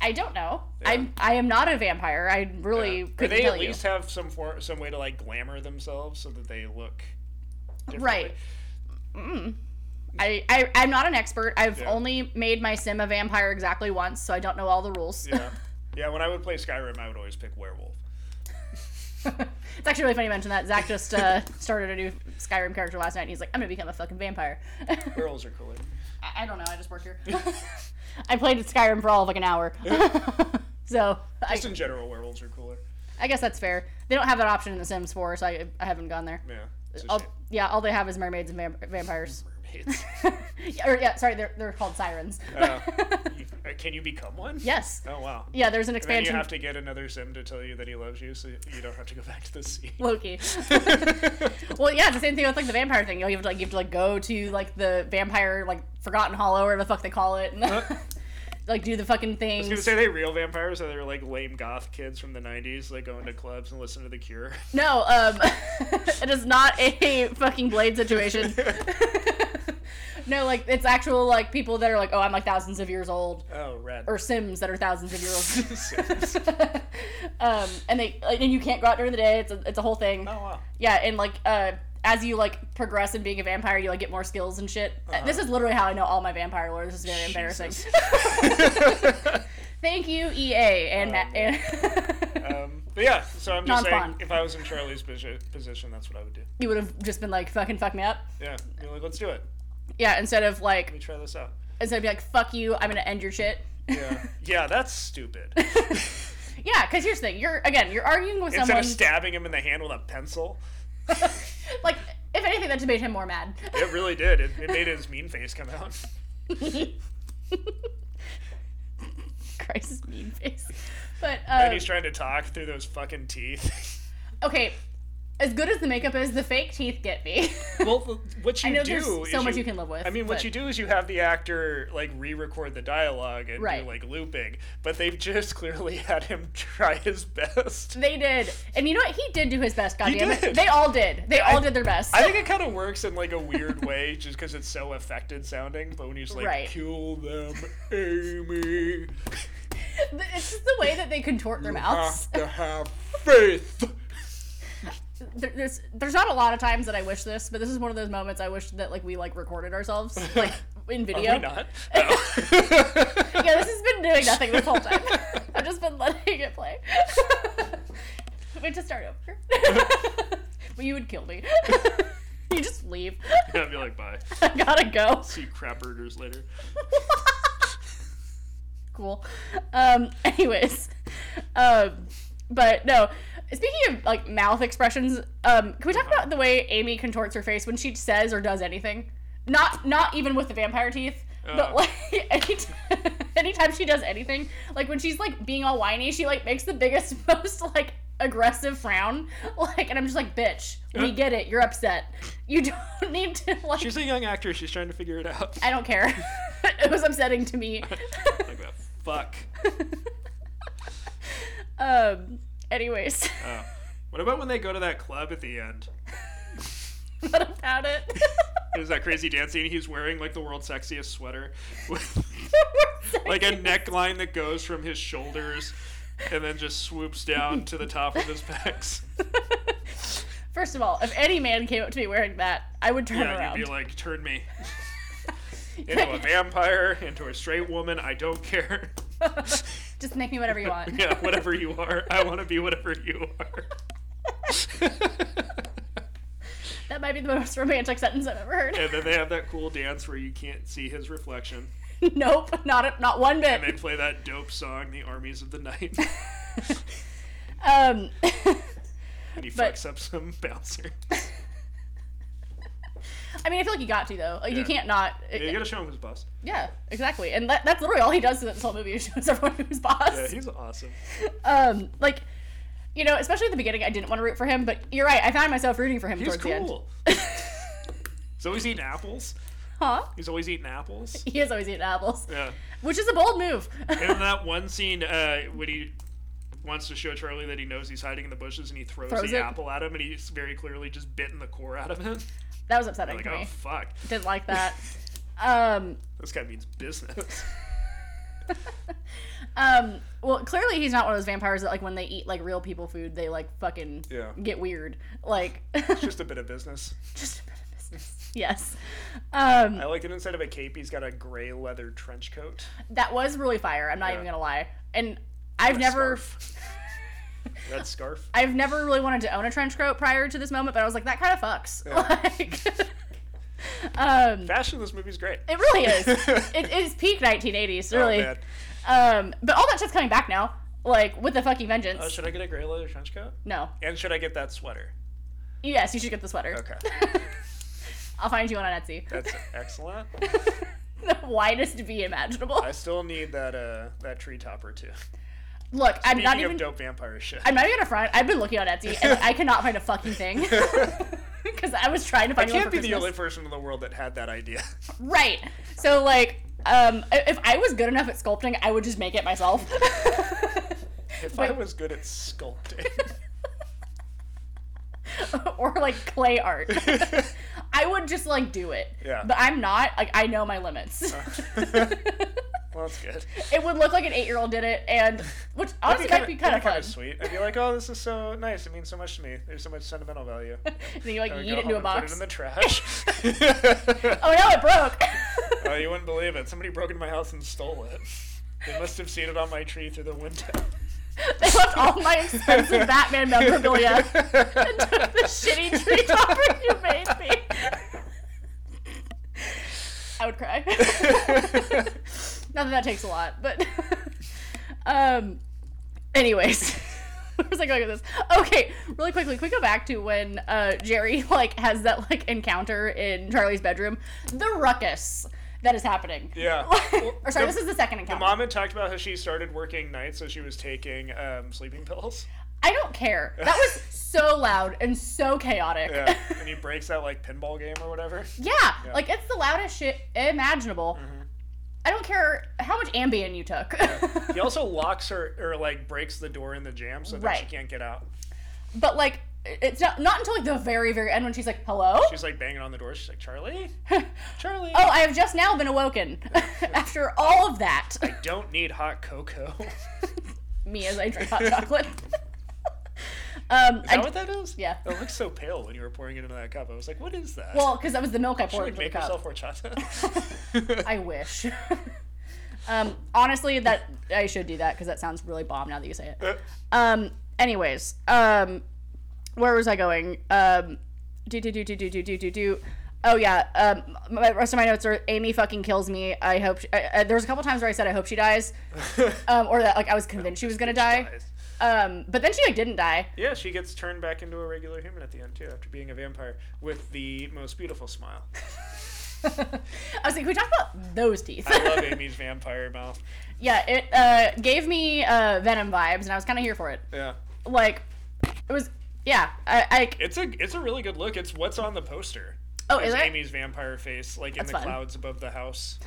S2: I don't know. I'm I am not a vampire. I really
S1: Yeah. Or
S2: couldn't
S1: they
S2: tell
S1: at
S2: you.
S1: least have some for, some way to like glamour themselves so that they look differently.
S2: Right. I, I I'm not an expert. I've
S1: Yeah.
S2: only made my sim a vampire exactly once, so I don't know all the rules. (laughs)
S1: Yeah. Yeah, when I would play Skyrim I would always pick werewolf.
S2: it's actually really funny you mention that. Zach just
S1: (laughs)
S2: uh, started a new Skyrim character last night, and he's like, "I'm gonna become a fucking vampire." (laughs) I,
S1: Werewolves are cooler.
S2: I don't know. I just
S1: (laughs)
S2: work here. I played Skyrim for all of like an hour, (laughs) so I,
S1: Just in general werewolves are cooler.
S2: I guess that's fair. They don't have that option in The Sims 4, so I, I haven't gone there.
S1: Yeah. It's a
S2: All,
S1: shame.
S2: yeah, all they have is mermaids and vamp- vampires. (laughs)
S1: Mermaids.
S2: Yeah, or yeah, sorry, they're they're called sirens.
S1: Oh. You- uh, can you become one?
S2: yes.
S1: Oh wow.
S2: Yeah, there's an
S1: And then you
S2: expansion.
S1: have to get another sim to tell you that he loves you, so you don't have to go back to the sea. (laughs)
S2: Loki. (laughs) well, yeah, it's the same thing with like the vampire thing. You, know, you have to like you have to like go to like the vampire like Forgotten Hollow or the fuck they call it, and (laughs) like do the fucking
S1: I was
S2: (laughs)
S1: gonna
S2: things.
S1: say they real vampires, or they're like lame goth kids from the '90s, like going to clubs and listen to The Cure. (laughs)
S2: No, um, (laughs) it is not a fucking
S1: (laughs)
S2: blade situation. (laughs) no, like it's actual like people that are like, oh, I'm like thousands of years old.
S1: Oh, red.
S2: or Sims that are thousands of
S1: (laughs)
S2: years old. (laughs) um, and they like, and you can't go out during the day. It's a, it's a whole thing.
S1: Oh wow.
S2: Yeah, and like uh, as you like progress in being a vampire, you like get more skills and shit. Uh, This is literally how I know all my vampire lore. This is very embarrassing.
S1: Uh-huh. Jesus.
S2: (laughs) Thank you, EA and,
S1: Um,
S2: and
S1: Um, but yeah, so I'm just saying,
S2: Non-spawn.
S1: if I was in Charlie's posi- position, that's what I would do.
S2: (laughs) you would have just been like fucking fuck me up.
S1: Yeah, you're like, let's do it.
S2: Yeah, instead of
S1: Let me
S2: like
S1: try this out.
S2: instead of being like fuck you, I'm gonna end your shit. (laughs)
S1: Yeah, (laughs) yeah, that's stupid.
S2: Yeah, because here's the thing. You're again, you're arguing with
S1: Instead
S2: someone.
S1: of stabbing him in the hand with a pencil,
S2: like, if anything, that just made him more mad.
S1: it really
S2: (laughs)
S1: did. It, it made his mean face come out.
S2: Christ's mean face. But
S1: And
S2: uh,
S1: he's trying to talk through those fucking teeth. (laughs)
S2: okay, as good as the makeup is, the fake teeth get me. (laughs)
S1: Well, what you
S2: I know
S1: do
S2: there's so
S1: is
S2: much you can live with,
S1: I mean, what
S2: but-
S1: you do is you have the actor like re-record the dialogue and
S2: Right.
S1: do like looping, but they've just clearly (laughs) had him try his best.
S2: they did, and you know what? He did do his best.
S1: He
S2: Goddamn it!
S1: did.
S2: They all did. They all did their best.
S1: I think it kind of works in like a weird way, just because it's so affected sounding. But when he's like,
S2: Right.
S1: "Kill
S2: (laughs)
S1: them, Amy,"
S2: (laughs) it's just the way that they contort their mouths.
S1: have to have faith.
S2: There, there's there's not a lot of times that I wish this, but this is one of those moments I wish that like we like
S1: (laughs)
S2: recorded ourselves like in
S1: Are
S2: video.
S1: we
S2: (laughs)
S1: not? No. (laughs)
S2: Yeah, this has been doing nothing this whole time. I've just been letting
S1: (laughs)
S2: it play. Wait to start over. (laughs) but you would kill me. (laughs) you just leave. (laughs)
S1: Yeah, I'd be like, "Bye."
S2: I gotta go.
S1: See crap birders later.
S2: (laughs) cool. Um, (laughs) anyways, um, but no. Speaking of like mouth expressions, um, can we talk about the way Amy contorts her face when she says or does anything? Not not even with the vampire teeth, but
S1: Uh.
S2: like (laughs) anytime, anytime she does anything, like when she's like being all whiny, she like makes the biggest, (laughs) most like aggressive frown, like, and I'm just like, bitch, we
S1: Yeah.
S2: get it, you're upset, you don't (laughs) need to like.
S1: She's a young actress. She's trying to figure it out.
S2: I don't care. (laughs) it was upsetting to me.
S1: (laughs) like that. Fuck.
S2: (laughs) um. Anyways, (laughs)
S1: Oh. What about when they go to that club at the end?
S2: what about it? (laughs)
S1: There's that crazy dance scene. He's wearing like the world's sexiest sweater (laughs) with
S2: (laughs)
S1: like a neckline that goes from his shoulders and then just swoops down to the top of his pecs.
S2: First of all, if any man came up to me wearing that, I would turn
S1: Yeah,
S2: around. (laughs)
S1: you'd be like, turn me. into a vampire, into a straight woman. I don't care.
S2: Just make me whatever you
S1: (laughs)
S2: want.
S1: yeah, whatever you are, I want to be whatever you are.
S2: (laughs) That might be the most romantic sentence I've ever heard.
S1: and then they have that cool dance where you can't see his reflection.
S2: (laughs) nope, not a, not one bit.
S1: And they play that dope song, "The Armies of the
S2: (laughs)
S1: Night,"
S2: Um, (laughs)
S1: and he
S2: But-
S1: fucks up some bouncer.
S2: I mean, I feel like you got to though. Like you
S1: Yeah.
S2: can't not.
S1: Yeah, you gotta show him his bust.
S2: yeah, exactly. And that, that's literally all he does in this whole movie. Is shows everyone who's boss.
S1: Yeah, he's awesome.
S2: um, like, you know, especially at the beginning, I didn't want to root for him, but you're right. I found myself rooting for him
S1: He's
S2: towards the end.
S1: cool. he's always eating apples.
S2: (laughs) Huh?
S1: He's always eating apples.
S2: He is always eating apples,
S1: (laughs) Yeah.
S2: which is a bold move. (laughs)
S1: And in that one scene, uh, when he wants to show Charlie that he knows he's hiding in the bushes, and he throws,
S2: Throws
S1: the
S2: it.
S1: apple at him, and he's very clearly just bitten the core out of him. (laughs)
S2: that was upsetting
S1: Like,
S2: to
S1: oh
S2: me.
S1: fuck,
S2: Didn't like that. Um,
S1: this guy means (laughs) business.
S2: um, well, clearly he's not one of those vampires that like when they eat like real people food, they like fucking
S1: Yeah.
S2: get weird. Like, (laughs)
S1: just a bit of business.
S2: just a bit of business. Yes. Um,
S1: I like it instead of a cape, he's got a gray leather trench coat.
S2: that was really fire. I'm not
S1: Yeah.
S2: even gonna lie. And I've
S1: and a
S2: never,
S1: scarf. (laughs) Red scarf.
S2: I've never really wanted to own a trench coat prior to this moment, but I was like, that kind of fucks. (laughs) Like, um,
S1: Fashion in this movie's great.
S2: it
S1: (laughs)
S2: really is. it is peak 1980s, really.
S1: Oh, man.
S2: um, but all that shit's coming back now, like with the fucking vengeance.
S1: Oh, should I get a gray leather trench coat?
S2: no.
S1: And should I get that sweater?
S2: Yes, you should get the sweater.
S1: Okay.
S2: I'll find you one on
S1: (laughs)
S2: Etsy.
S1: That's excellent.
S2: (laughs) the widest V imaginable.
S1: I still need that uh that tree topper too.
S2: (laughs) Look, I'm
S1: Speaking
S2: not
S1: of
S2: even.
S1: dope vampire shit.
S2: I'm not even a front. I've been looking on Etsy and
S1: (laughs)
S2: I cannot find a fucking thing. (laughs) Because I was trying to
S1: I
S2: find one
S1: can't
S2: for
S1: be the
S2: Christmas.
S1: only person in the world that had that idea. (laughs)
S2: Right. So like, um, i- if I was good enough at sculpting, I would just make it myself.
S1: (laughs) If I
S2: Wait.
S1: was good at sculpting,
S2: (laughs) or like
S1: (laughs)
S2: clay art. I would just like do it.
S1: Yeah. Uh.
S2: But I'm not. Like I know my limits. (laughs)
S1: (laughs) well, that's good.
S2: it would look like an eight-year-old did it, and which honestly might be kind of fun.
S1: Kind of sweet. I'd be like, oh, this is so nice. It means so much to me. There's so much sentimental
S2: (laughs)
S1: value.
S2: And then you like
S1: I would
S2: eat
S1: go
S2: it into a
S1: home and Put it
S2: box.
S1: in the trash.
S2: (laughs)
S1: (laughs)
S2: oh no, it broke.
S1: Oh, you wouldn't believe it. Somebody broke into my house and stole it. They must have seen it on my tree through the window.
S2: (laughs) they
S1: (laughs)
S2: left all my expensive Batman memorabilia and took the shitty tree topper you made me. I would cry. Not that that takes a lot, but um, anyways, (laughs) where was I going with this? Okay, really quickly, can we go back to when uh, Jerry like has that like encounter in Charlie's bedroom? The ruckus that is happening.
S1: Yeah.
S2: (laughs) or sorry,
S1: The-
S2: this is the second encounter.
S1: Mom had talked about how she started working nights, so she was taking um, sleeping pills.
S2: I don't care. That was so loud and so chaotic.
S1: Yeah. and he breaks that like pinball game or whatever.
S2: Yeah, like it's the loudest shit imaginable.
S1: Mm-hmm.
S2: I don't care how much Ambien you took.
S1: He also locks her or like breaks the door in the jam so that she
S2: Right.
S1: can't get out.
S2: (laughs) but like it's not, not until like the very very end when she's like, "Hello?"
S1: She's like banging on the door. She's like, Charlie,
S2: (laughs)
S1: Charlie,
S2: "Oh, I have just now been awoken (laughs) after all of that."
S1: I don't need hot cocoa. (laughs)
S2: (laughs)
S1: Is
S2: Me as I
S1: (laughs)
S2: drink hot chocolate. um
S1: that
S2: I,
S1: what that is?
S2: yeah.
S1: It looks so pale when you were pouring it into that cup. I was like, what is that?
S2: well, cuz that was the milk I
S1: Should
S2: poured
S1: we
S2: into the
S1: make
S2: cup.
S1: yourself horchata?
S2: (laughs)
S1: (laughs)
S2: I wish. um, honestly, that I should do that because that sounds really bomb now that you say it. Um, anyways, um, where was I going? Um, do do do do do do do do do. Oh yeah. Um, my rest of my notes are Amy fucking kills me. I hope. She, I, I, there was a couple times where I said I hope she dies, um, or that like I was convinced she was gonna die. Um, but then she like didn't die.
S1: Yeah, she gets turned back into a regular human at the end too, after being a vampire with the most beautiful smile.
S2: I was like, can we talk about those teeth.
S1: I
S2: (laughs)
S1: love Amy's vampire mouth.
S2: yeah, it uh, gave me uh, Venom vibes, and I was kind of here for it.
S1: Yeah,
S2: like it was yeah i, I
S1: it's a it's a really good look. It's what's on the poster.
S2: oh is
S1: It's
S2: it
S1: Amy's vampire face, like in
S2: That's
S1: the
S2: fun.
S1: clouds above the
S2: (laughs)
S1: house.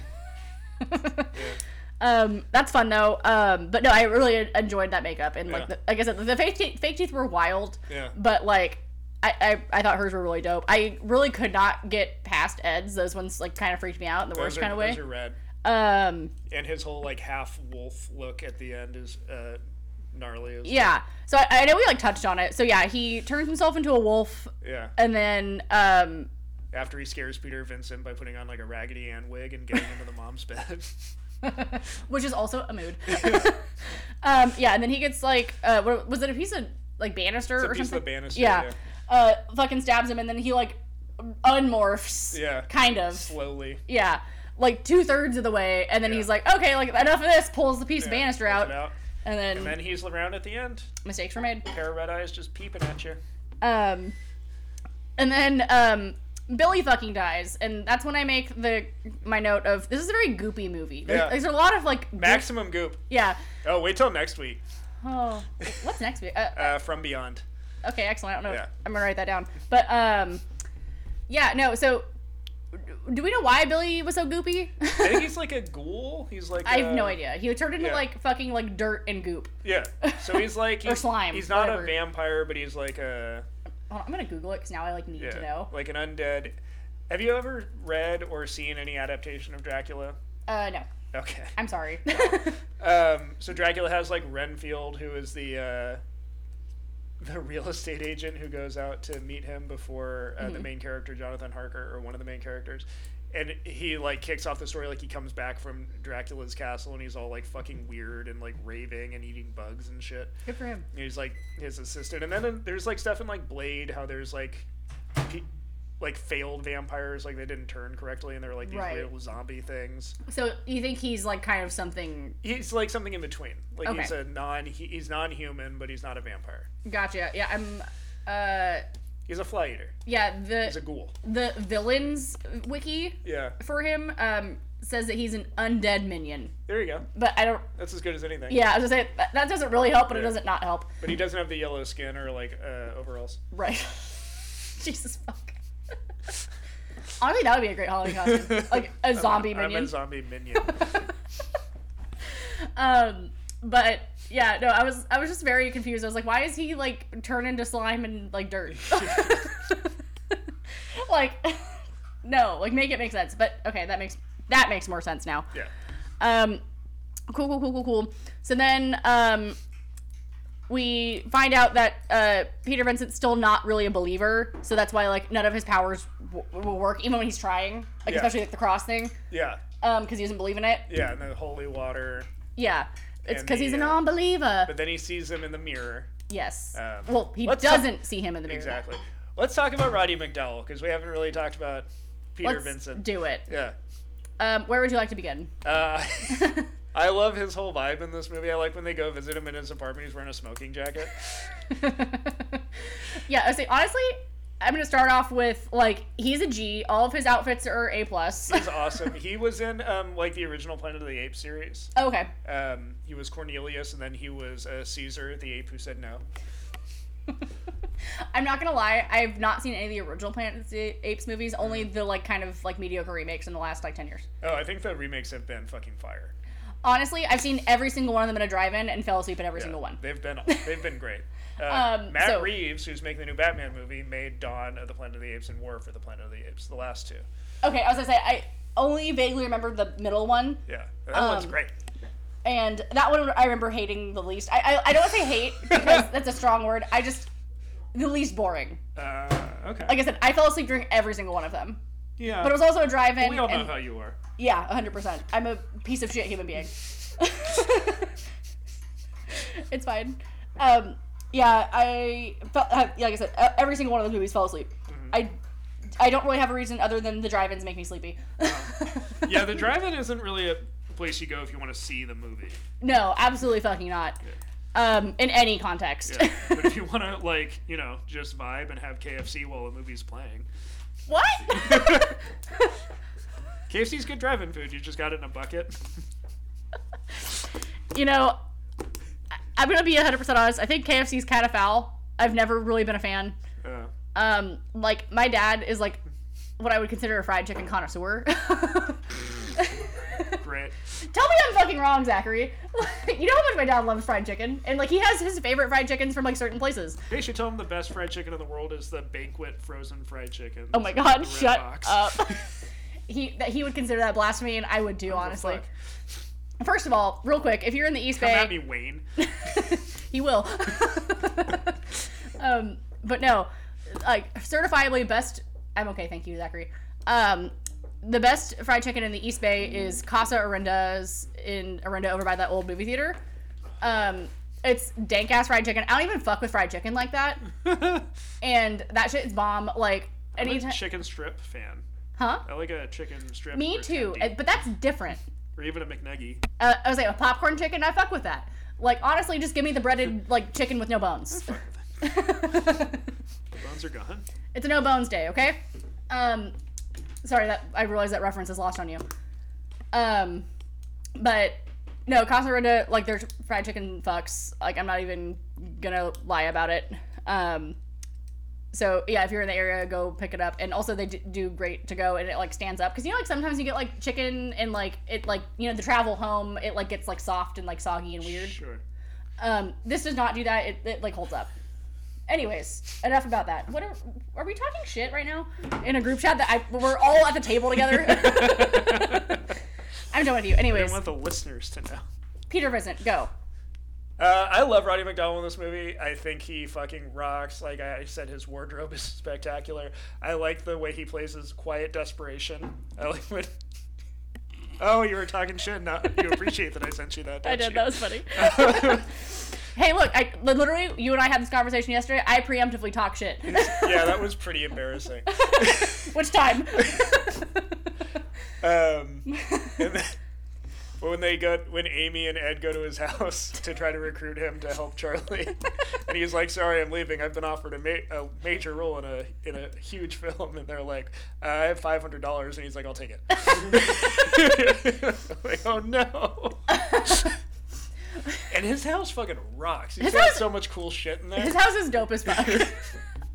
S2: um that's fun though um but no i really en- enjoyed that makeup and like
S1: Yeah.
S2: the, like i said the fake teeth, fake teeth were wild
S1: Yeah.
S2: but like I, I, I thought hers were really dope. I really could not get past Ed's. Those ones like kind of freaked me out in the
S1: Those
S2: worst
S1: are,
S2: kind of way.
S1: those are red,
S2: Um,
S1: and his whole like half wolf look at the end is uh, gnarly. As,
S2: yeah. So I, I know we like touched on it. So yeah, he turns himself into a wolf,
S1: yeah,
S2: and then um,
S1: after he scares Peter Vincent by putting on like a Raggedy Ann wig and getting into the mom's
S2: (laughs)
S1: bed. (laughs)
S2: which is also a mood. (laughs) um, yeah, and then he gets like, uh, what, was it a piece of like banister
S1: It's a
S2: or
S1: piece of
S2: something?
S1: the banister,
S2: Yeah.
S1: yeah.
S2: Uh, fucking stabs him, and then he like unmorphs.
S1: Yeah.
S2: Kind of.
S1: Slowly.
S2: Yeah. Like two thirds of the way, and then
S1: Yeah.
S2: he's like, okay, like enough of this. Pulls the piece of
S1: Yeah,
S2: banister
S1: pulls
S2: out,
S1: it
S2: and then,
S1: And then he's around at the end.
S2: mistakes were made.
S1: Pair of red eyes just peeping at you.
S2: Um, and then um, Billy fucking dies, and that's when I make the my note of this is a very goopy movie. There-
S1: Yeah.
S2: There's a lot of like goop-
S1: Maximum goop.
S2: yeah.
S1: Oh, wait till next week.
S2: Oh, what's next? week? Uh,
S1: Uh, From Beyond.
S2: okay, excellent. I don't know.
S1: Yeah.
S2: I'm gonna write that down. But um, yeah, no. So, do we know why Billy was so goopy?
S1: I think he's like a ghoul. He's like
S2: (laughs) I have no
S1: a-
S2: idea. He turned into
S1: yeah.
S2: like fucking like dirt and goop.
S1: Yeah. So he's like
S2: (laughs) Or
S1: he's,
S2: slime,
S1: He's not
S2: whatever.
S1: a vampire, but he's like a
S2: Hold on, I'm gonna Google it because now I like need
S1: yeah,
S2: to know.
S1: like an undead. Have you ever read or seen any adaptation of Dracula?
S2: Uh, no,
S1: Okay.
S2: I'm sorry. (laughs)
S1: Um, so Dracula has like Renfield, who is the uh, the real estate agent who goes out to meet him before
S2: Mm-hmm.
S1: uh, the main character Jonathan Harker or one of the main characters, and he like kicks off the story like he comes back from Dracula's castle and he's all like fucking weird and like raving and eating bugs and shit.
S2: Good for him.
S1: And he's like his assistant, and then uh, there's like stuff in like Blade how there's like. Pe- like failed vampires, like they didn't turn correctly, and they were like these
S2: Right.
S1: real zombie things
S2: So you think he's like kind of something?
S1: he's like something in between. Like
S2: Okay.
S1: he's a non he, he's non-human, but he's not a vampire.
S2: Gotcha. Yeah, I'm. Uh,
S1: He's a fly eater.
S2: yeah.
S1: He's a
S2: The
S1: ghoul.
S2: the villains wiki
S1: Yeah.
S2: for him um says that he's an undead minion,
S1: There you go.
S2: but I don't.
S1: That's as good as anything.
S2: Yeah, I was gonna say that, that doesn't really help, but it
S1: Yeah.
S2: doesn't not help.
S1: But he doesn't have the yellow skin or like uh, overalls.
S2: Right. Jesus fuck. (laughs) Honestly, that would be a great Halloween costume, (laughs) like
S1: (laughs)
S2: a
S1: I'm
S2: zombie
S1: I'm
S2: minion.
S1: a zombie minion.
S2: (laughs) um, but yeah, no, I was I was just very confused. I was like, why is he like turn into slime and like dirt? (laughs) like, (laughs) no, like make it make sense. But okay, that makes that makes more sense now.
S1: yeah.
S2: Um, cool, cool, cool, cool, cool. So then, um, we find out that uh, Peter Vincent's still not really a believer, so that's why like none of his powers w- will work, even when he's trying,
S1: Yeah.
S2: like especially like the cross thing,
S1: Yeah.
S2: um, because he doesn't believe in it.
S1: Yeah. And the holy water.
S2: Yeah, it's
S1: And
S2: because
S1: the,
S2: he's a
S1: uh,
S2: non-believer.
S1: But then he sees him in the mirror.
S2: yes.
S1: um,
S2: well, he
S1: let's talk-
S2: doesn't see him in the mirror.
S1: Exactly. Let's talk about Roddy McDowell because we haven't really talked about Peter
S2: Let's
S1: Vincent.
S2: do it.
S1: yeah.
S2: Um, where would you like to begin? (laughs)
S1: Uh, (laughs) I love his whole vibe in this movie. I like when they go visit him in his apartment. He's wearing a smoking jacket.
S2: yeah, I say honestly, I'm gonna start off with like he's a G. All of his outfits are A plus. (laughs)
S1: He's awesome. He was in um, like the original Planet of the Apes series.
S2: okay.
S1: Um, he was Cornelius, and then he was uh, Caesar, the ape who said no.
S2: I'm not gonna lie, I've not seen any of the original Planet of the Apes movies, only
S1: Mm.
S2: the like kind of like mediocre remakes in the last like ten years.
S1: Oh, I think the remakes have been fucking fire.
S2: Honestly, I've seen every single one of them in a drive-in and fell asleep at every
S1: Yeah,
S2: single one.
S1: They've
S2: (laughs)
S1: been they've been great. Uh,
S2: Um,
S1: Matt
S2: so-
S1: Reeves, who's making the new Batman movie, made Dawn of the Planet of the Apes and War for the Planet of the Apes, the last two.
S2: Okay, I was gonna say I only vaguely remember the middle one,
S1: Yeah, that one's
S2: Um,
S1: great.
S2: and that one I remember hating the least. I I, I don't wanna
S1: (laughs)
S2: say hate because that's a strong word. I just the least boring.
S1: Uh, okay.
S2: Like I said, I fell asleep during every single one of them.
S1: yeah,
S2: But it was also a drive-in.
S1: we all know
S2: and-
S1: how you
S2: (laughs)
S1: are.
S2: Yeah, 100%. I'm a piece of shit human being. (laughs) it's fine. Um, yeah, I felt, uh, yeah, like I said, uh, every single one of those movies fell asleep.
S1: Mm-hmm.
S2: I, I don't really have a reason other than the drive-ins make me sleepy.
S1: Yeah, the drive-in isn't really a place you go if you want to see the
S2: (laughs)
S1: movie.
S2: (laughs) no, absolutely fucking not. Um, in any context.
S1: Yeah. but if you want to like you know just vibe and have KFC while the movie's playing.
S2: (laughs)
S1: (laughs)
S2: what?
S1: KFC's good drive-in food. You just got it in a bucket. (laughs)
S2: you know, I- I'm gonna be 100% honest. I think KFC's kind of foul. I've never really been a fan.
S1: Uh,
S2: um like my dad is like what I would consider a fried chicken connoisseur. (laughs)
S1: great.
S2: Tell me I'm fucking wrong, Zachary. (laughs) you know how much my dad loves fried chicken, and like he has his favorite fried chickens from like certain places.
S1: They should tell them the best fried chicken in the world is the banquet frozen fried chicken.
S2: Oh my god, shut
S1: (laughs)
S2: up. he that he would consider that blasphemy, and I would too, honestly.
S1: fuck?
S2: First of all, real quick, if you're in the East
S1: Come
S2: Bay,
S1: at me, Wayne.
S2: (laughs) he will. (laughs) um, but no, like certifiably best I'm okay, thank you, Zachary. Um, the best fried chicken in the East Bay is Casa Orinda's in Orinda over by that old movie theater. Um, it's dank ass fried chicken. I don't even fuck with fried chicken like that. and that shit is bomb. Like
S1: I'm a
S2: anytime,
S1: chicken strip fan.
S2: huh?
S1: I like a chicken strip. or
S2: Me
S1: a
S2: too.
S1: tendy,
S2: uh, But that's different.
S1: or even a McNuggie.
S2: Uh, I was like a popcorn chicken. I fuck with that. Like honestly, just give me the breaded like chicken with no bones. (laughs)
S1: The bones are gone.
S2: It's a no bones day, okay? Um, sorry that I realize that reference is lost on you. Um, but no, Casa Rinda, like their fried chicken fucks. Like I'm not even gonna lie about it. Um, so yeah, if you're in the area, go pick it up. And also they d- do great to go, and it like stands up because you know like sometimes you get like chicken and like it like you know the travel home it like gets like soft and like soggy and weird.
S1: Sure.
S2: Um, this does not do that. It, it like holds up. Anyways, enough about that. What are are we talking shit right now in a group chat that I we're all at the
S1: (laughs)
S2: table together? I'm done with you.
S1: I
S2: Anyways,
S1: want the listeners to know.
S2: Peter Vincent, go.
S1: Uh, I love Roddy McDowell in this movie. I think he fucking rocks. Like I I said, his wardrobe is (laughs) spectacular. I like the way he plays his quiet desperation. I like when. (laughs) Oh, you were talking shit. Now you appreciate that I sent you that.
S2: I
S1: don't
S2: did.
S1: you?
S2: That was
S1: (laughs)
S2: funny. hey, look, I literally you and I had this conversation yesterday. I preemptively talk shit.
S1: yeah, that was pretty embarrassing.
S2: (laughs)
S1: (laughs)
S2: Which time?
S1: Um, and then, but when they go, when Amy and Ed go to his house (laughs) to try to recruit him to help Charlie, and he's like, "Sorry, I'm leaving. I've been offered a, ma- a major role in a in a huge film," and they're like, uh, "I have five hundred dollars," and he's like, "I'll take it." (laughs) like, oh no. and his house fucking rocks. He's
S2: His
S1: got
S2: house-
S1: so much cool shit in there.
S2: His house is dope as fuck.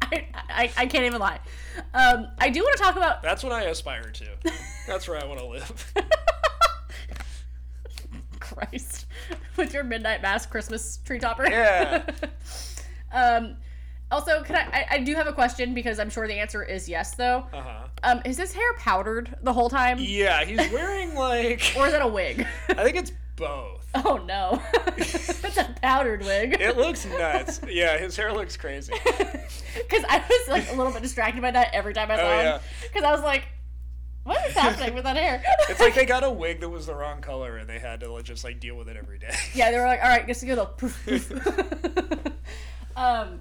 S2: I, I, I can't even lie. Um, I do want to talk about
S1: That's what I aspire to. That's where I want to
S2: (laughs)
S1: live.
S2: Christ with your midnight mass Christmas tree topper.
S1: Yeah.
S2: (laughs) um. Also, can I, I? I do have a question because I'm sure the answer is yes, though.
S1: Uh huh.
S2: Um, is his hair powdered the whole time,
S1: Yeah, he's wearing like.
S2: or is that a wig? (laughs)
S1: I think it's both.
S2: oh no, (laughs) that's a powdered wig. (laughs)
S1: It looks nuts. Yeah, his hair looks crazy.
S2: Because I was like a little bit distracted by that every time I saw
S1: Oh, yeah.
S2: him. Because I was like, what is happening with that hair?
S1: It's like they got a wig that was the wrong color and they had to like, just like deal with it every day.
S2: yeah, they were like, all right, guess you go to poof, poof. (laughs) um,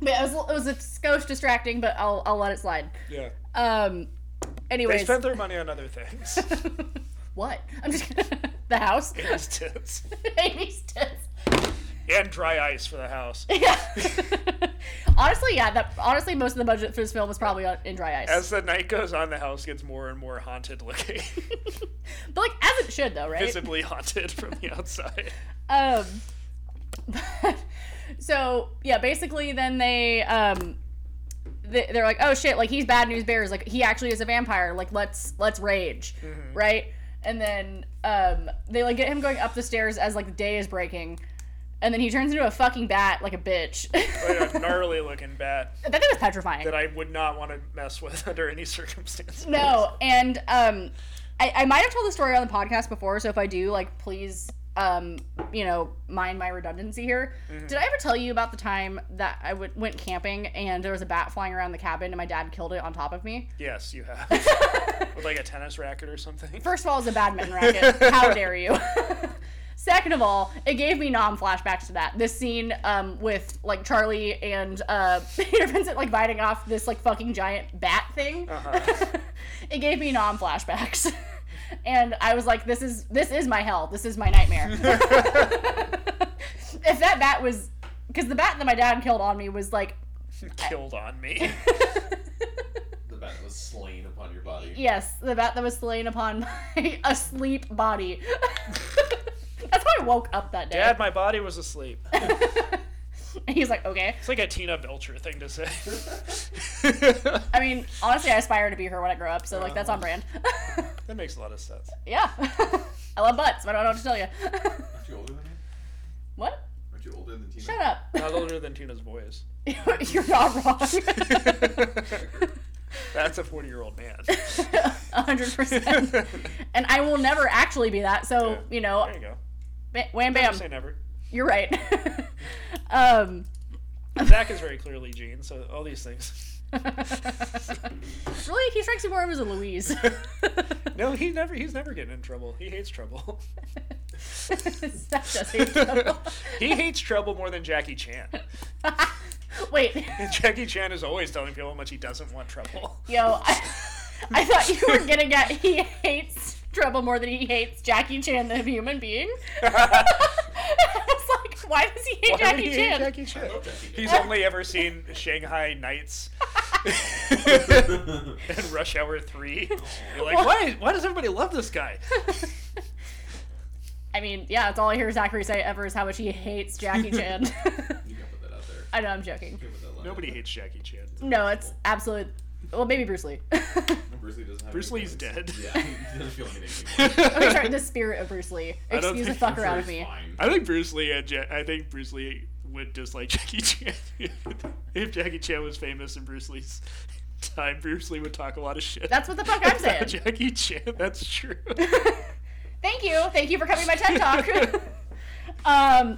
S2: but it was it was a skosh distracting, but I'll I'll let it slide.
S1: (laughs) Yeah.
S2: Um,
S1: They
S2: anyways,
S1: spent their money on other
S2: (laughs)
S1: things.
S2: what? I'm just kidding. (laughs) the house. (laughs)
S1: His tits.
S2: Amy's tits.
S1: And dry ice for the house.
S2: Yeah. (laughs) honestly, yeah. That honestly, most of the budget for this film was probably on, in dry ice.
S1: As the night goes on, the house gets more and more haunted
S2: (laughs)
S1: looking.
S2: but like, as it should though, right?
S1: Visibly haunted from the
S2: (laughs)
S1: outside.
S2: Um, but, so yeah, basically, then they um, they, they're like, oh shit, like he's bad news bears, like he actually is a vampire, like let's let's rage, right? And then um, they like get him going up the stairs as like the day is breaking, and then he turns into a fucking bat, like a bitch. (laughs)
S1: Like a Oh, gnarly looking bat
S2: that thing was petrifying.
S1: that I would not want to mess with under any circumstances.
S2: No, and um, I, I might have told the story on the podcast before, so if I do, like, please, um, you know, mind my redundancy here. Did I ever tell you about the time that I w- went camping and there was a bat flying around the cabin and my dad killed it on top of me?
S1: Yes, you
S2: (laughs)
S1: have. with like a tennis racket or something.
S2: First of all, it's a badminton racket. How dare you? (laughs) Second of all, it gave me nom flashbacks to that. This scene um, with like Charlie and uh, (laughs) Peter Vincent like biting off this like fucking giant bat thing. (laughs) it gave me nom flashbacks, (laughs) and I was like, "This is this is my hell. This is my nightmare." if that bat was, because the bat that my dad killed on me was like,
S1: Killed on me.
S2: (laughs)
S3: The bat was slain upon your body.
S2: yes, the bat that was slain upon (laughs) my asleep body. (laughs) That's how I woke up that day.
S1: Dad, my body was asleep.
S2: And (laughs) he's like, okay.
S1: It's like a Tina Belcher thing to
S2: (laughs)
S1: say.
S2: I mean, honestly, I aspire to be her when I grow up, so like that's on brand. (laughs)
S1: that makes a lot of sense.
S2: yeah, (laughs) I love butts, but I don't know what to tell you.
S3: Aren't you older than him?
S2: (laughs) what?
S3: Aren't you older than Tina?
S2: Shut up. (laughs)
S1: Not older than Tina's voice.
S2: You're not wrong. (laughs)
S1: That's a 40 year old man.
S2: (laughs) hundred percent. And I will never actually be that. So
S1: Yeah.
S2: you know,
S1: There you go.
S2: ba- wham
S1: Never
S2: bam.
S1: say never.
S2: You're right. (laughs) um, (laughs)
S1: Zach is very clearly Gene, so all these things.
S2: really, he strikes me more of as a Louise.
S1: (laughs)
S2: (laughs)
S1: No, he never. He's never getting in trouble. He hates trouble.
S2: Zach
S1: (laughs)
S2: does hate trouble.
S1: he hates trouble more than Jackie Chan.
S2: (laughs) Wait,
S1: Jackie Chan is always telling people how much he doesn't want trouble.
S2: yo, (laughs) I, I thought you were gonna get he hates trouble more than he hates Jackie Chan the human being. (laughs) I was like, why does he hate
S1: Why would
S2: Jackie
S1: he hate
S2: Chan?
S1: Jackie Chan.
S3: love Jackie
S1: He's only ever seen Shanghai
S2: (laughs)
S1: Nights
S3: Chan.
S1: and Rush Hour
S2: (laughs)
S1: Three. You're like,
S2: Well-
S1: why? Why does everybody love this guy?
S2: (laughs)
S1: (laughs)
S2: I mean, yeah, that's all I hear Zachary say ever is how much he hates Jackie Chan.
S3: (laughs)
S1: (laughs)
S2: (laughs)
S3: (laughs) you can put that out there.
S2: I know, I'm joking.
S3: You can put that line
S1: Nobody
S3: out
S1: hates Jackie Chan.
S2: No, it's absolute. Well, maybe Bruce Lee. (laughs)
S3: there. Bruce Lee doesn't have
S1: Bruce
S3: any
S1: Lee's dead.
S3: feelings. Yeah,
S1: (laughs)
S3: he doesn't feel
S2: (laughs)
S3: anything anymore.
S2: okay, sorry, the spirit of Bruce Lee.
S1: I don't
S2: Excuse the
S1: think
S2: fucker
S1: that's
S2: out of
S3: He's
S2: me.
S3: fine.
S1: (laughs) I think Bruce Lee. And ja- I think Bruce Lee would dislike (laughs) Jackie Chan. if Jackie Chan was famous in Bruce Lee's time, Bruce Lee would talk a lot of shit. (laughs)
S2: That's what the fuck I'm
S1: about
S2: saying.
S1: Jackie Chan. That's
S2: (laughs)
S1: true.
S2: Thank you. Thank you for coming to my
S1: (laughs)
S2: TED Talk. (laughs) um,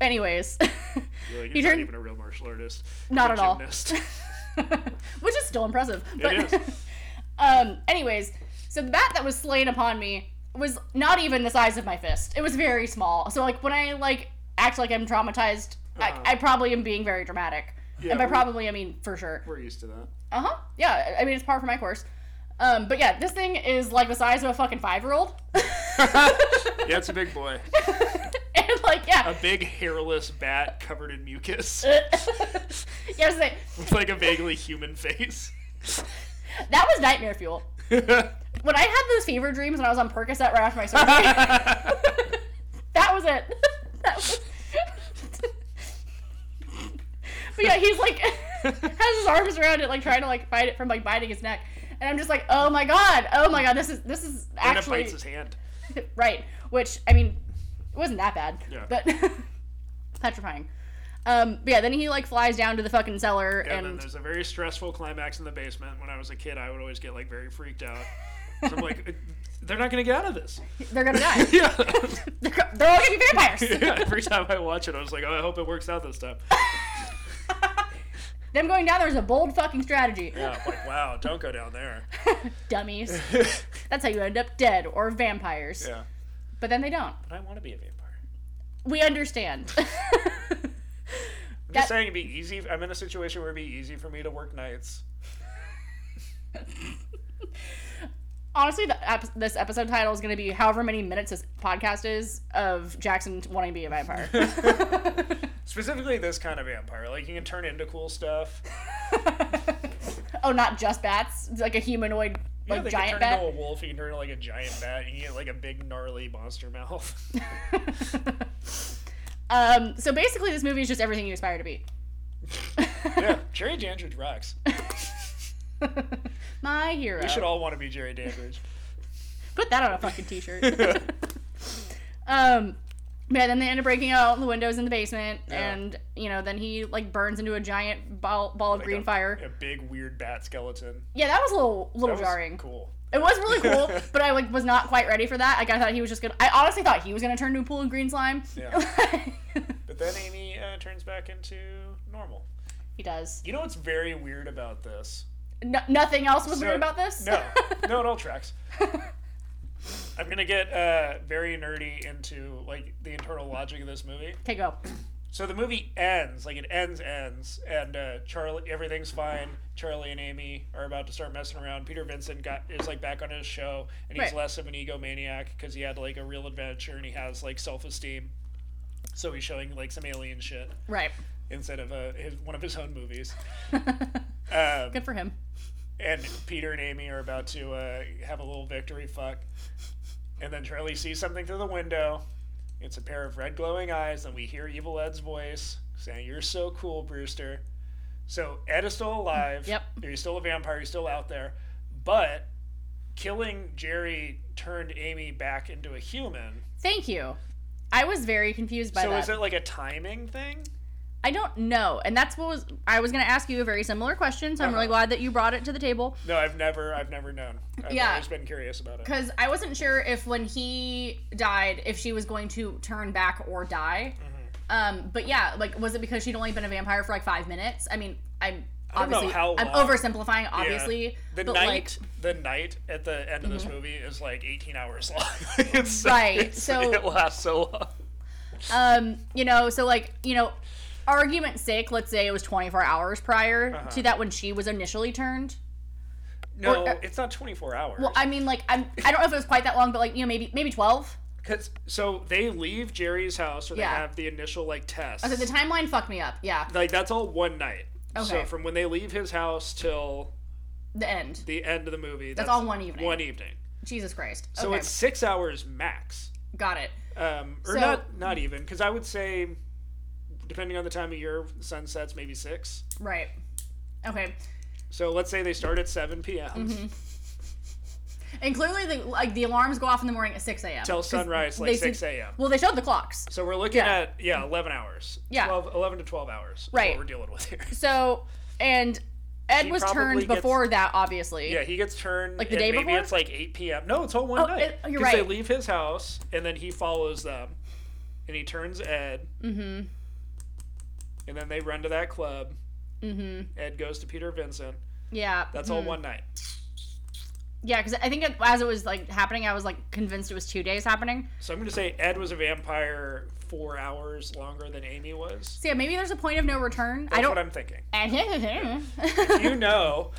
S2: anyways.
S1: You're like,
S2: He
S1: he's not
S2: turned-
S1: even a real martial artist.
S2: Not
S1: He's
S2: at
S1: a
S2: all.
S1: gymnast.
S2: (laughs) Which is still impressive. But
S1: is.
S2: (laughs) um, anyways, so the bat that was slain upon me was not even the size of my fist. It was very small. So like when I like act like I'm traumatized,
S1: Uh-huh.
S2: I, I probably am being very dramatic.
S1: Yeah,
S2: and by
S1: we-
S2: probably I mean for sure.
S1: We're used to that.
S2: Uh huh. Yeah. I- I mean, it's par for my course. Um, but yeah, this thing is like the size of a fucking five
S1: (laughs)
S2: year old.
S1: Yeah, it's a big boy.
S2: (laughs) and like,
S1: A
S2: yeah.
S1: big hairless bat covered in
S2: (laughs)
S1: mucus.
S2: yeah, I was like,
S1: With like a vaguely human
S2: (laughs)
S1: face. (laughs)
S2: that was nightmare fuel. When I had those fever dreams and I was on Percocet right after my surgery, (laughs)
S1: That's
S2: that was it. (laughs) that was. but yeah, he's like (laughs) has his arms around it, like trying to like fight it from like biting his neck, and I'm just like, oh my god, oh my god, this is this is
S1: and it
S2: actually
S1: bites his hand.
S2: (laughs) right. Which I mean, it wasn't that bad.
S1: Yeah.
S2: But (laughs) petrifying. Um, but yeah, then he like flies down to the fucking cellar
S1: And, then
S2: and
S1: there's a very stressful climax in the basement. When I was a kid, I would always get like very freaked out. So I'm like, (laughs) they're not gonna get out of
S2: (laughs)
S1: this. (laughs)
S2: they're gonna die.
S1: Yeah.
S2: they're, go- they're all gonna be
S1: (laughs)
S2: vampires.
S1: yeah. Every time I watch it, I was like, oh, I hope it works out this time.
S2: Them going down there is a bold fucking strategy.
S1: Yeah. I'm like, wow, don't go down there.
S2: (gasps) (laughs) Dummies.
S1: yeah.
S2: That's how you end up dead or vampires. But then they don't.
S1: But I want to be a vampire.
S2: We understand. (laughs)
S1: I'm
S2: That-
S1: just saying it'd be easy. I'm in a situation where it'd be easy for me to work nights.
S2: Honestly, the ep- this episode title is gonna be however many minutes this podcast is of Jackson wanting to be a
S1: (laughs)
S2: vampire.
S1: Specifically, this kind of vampire. Like, you can turn into cool stuff.
S2: oh, not just bats. It's like a humanoid,
S1: Yeah,
S2: like
S1: they can
S2: giant
S1: turn
S2: bat.
S1: into a wolf. You can turn into like a giant bat. You can get like a big gnarly monster
S2: (laughs)
S1: mouth.
S2: um, so basically, this movie is just everything you aspire to be.
S1: yeah, Jerry Dandridge rocks.
S2: My hero.
S1: We should all want to be Jerry (laughs) Dandridge.
S2: Put that on a fucking t-shirt.
S1: (laughs)
S2: (laughs) um, yeah. Then they end up breaking out the windows in the basement,
S1: Yeah.
S2: and you know, then he like burns into a giant ball, ball of
S1: Like
S2: green
S1: a-
S2: fire.
S1: A big weird bat skeleton.
S2: Yeah, that was a little
S1: That
S2: little
S1: was
S2: jarring. (laughs)
S1: Cool.
S2: It was
S1: (laughs)
S2: really cool, but I like was not quite ready for that. Like I thought he was just gonna. I honestly thought he was gonna turn into a pool of green slime.
S1: Yeah. But then Amy uh, turns back into normal.
S2: (laughs) he does.
S1: You know what's very weird about this?
S2: No, nothing else was
S1: So-
S2: weird about this.
S1: No, no, it all tracks. I'm gonna get uh, very nerdy into like the internal logic of this movie.
S2: (laughs) okay, go. (clears throat)
S1: So the movie ends, like it ends, ends, and uh, Charlie, everything's fine. Charlie and Amy are about to start messing around. Peter Vincent got is like back on his show, and he's
S2: Right.
S1: less of an egomaniac because he had like a real adventure and he has like self esteem. So he's showing like some alien shit
S2: Right.
S1: instead of uh, his, one of his own movies.
S2: Good
S1: Um,
S2: for him.
S1: and Peter and Amy are about to uh, have a little victory fuck. And then Charlie sees something through the window. It's a pair of red glowing eyes, and we hear Evil Ed's voice saying, You're so cool, Brewster. So Ed is still alive.
S2: Yep.
S1: He's still a vampire. He's still out there. But killing Jerry turned Amy back into a human.
S2: Thank you. I was very confused by
S1: so
S2: that.
S1: is it like a timing thing?
S2: I don't know, and that's what was I was going to ask you a very similar question. So I'm really
S1: Uh-huh.
S2: glad that you brought it to the table
S1: No, I've never I've never known. I've
S2: Yeah.
S1: always been curious about it.
S2: because I wasn't sure if when he died, if she was going to turn back or
S1: Mm-hmm.
S2: die. Um, but yeah, like was it because she'd only been a vampire for like five minutes? I mean, I'm
S1: I don't know
S2: obviously
S1: how
S2: I'm
S1: long-
S2: oversimplifying obviously
S1: the
S2: but
S1: night
S2: like Mm-hmm.
S1: the night at the end of this movie is like 18 hours long (laughs) it's so-
S2: Right,
S1: it's-
S2: so-
S1: it lasts so long
S2: um you know so like you know argument's sake let's say it was 24 hours prior
S1: Uh-huh.
S2: to that when she was initially turned
S1: no
S2: Or-
S1: it's not 24 hours
S2: uh, well i mean like i'm i don't know if it was quite that long but like you know maybe maybe 12
S1: because so they leave jerry's house or they
S2: Yeah.
S1: have the initial like test
S2: so the timeline fucked me up yeah
S1: like that's all one night so
S2: Okay.
S1: from when they leave his house till
S2: the end
S1: the end of the movie that's,
S2: all one evening.
S1: one evening
S2: jesus christ
S1: so
S2: okay
S1: it's six hours max
S2: got it
S1: um or
S2: So-
S1: not not even because i would say depending on the time of year sun sets maybe six
S2: right okay
S1: so let's say they start at 7 p.m
S2: Mm-hmm. and clearly the like the alarms go off in the morning at 6 a.m
S1: till
S2: 'Cause
S1: sunrise
S2: they
S1: like
S2: see-
S1: 6 a.m
S2: well they showed the clocks
S1: so we're looking
S2: Yeah.
S1: at yeah 11 hours
S2: Yeah.
S1: 12, 11 to 12 hours is
S2: Right.
S1: what we're dealing with
S2: (laughs)
S1: here (laughs)
S2: so and ed
S1: He
S2: was
S1: probably
S2: turned
S1: gets-
S2: before that obviously
S1: yeah he gets turned
S2: Like the
S1: and
S2: day
S1: maybe
S2: before?
S1: it's like 8 p.m no it's all one
S2: Oh,
S1: night
S2: it- you're
S1: 'Cause they
S2: right.
S1: leave his house and then he follows them and he turns ed
S2: mm-hmm
S1: and then they run to that club
S2: mm-hmm
S1: ed goes to peter vincent
S2: yeah
S1: that's all
S2: mhm.
S1: one night
S2: Yeah, because I think it, as it was like happening, I was like convinced it was two days happening.
S1: so i'm going to say ed was a vampire four hours longer than amy was
S2: So yeah, maybe there's a point of no return.
S1: that's
S2: I
S1: what
S2: don't.
S1: i'm thinking
S2: (laughs)
S1: (laughs) you
S2: I (laughs)
S1: know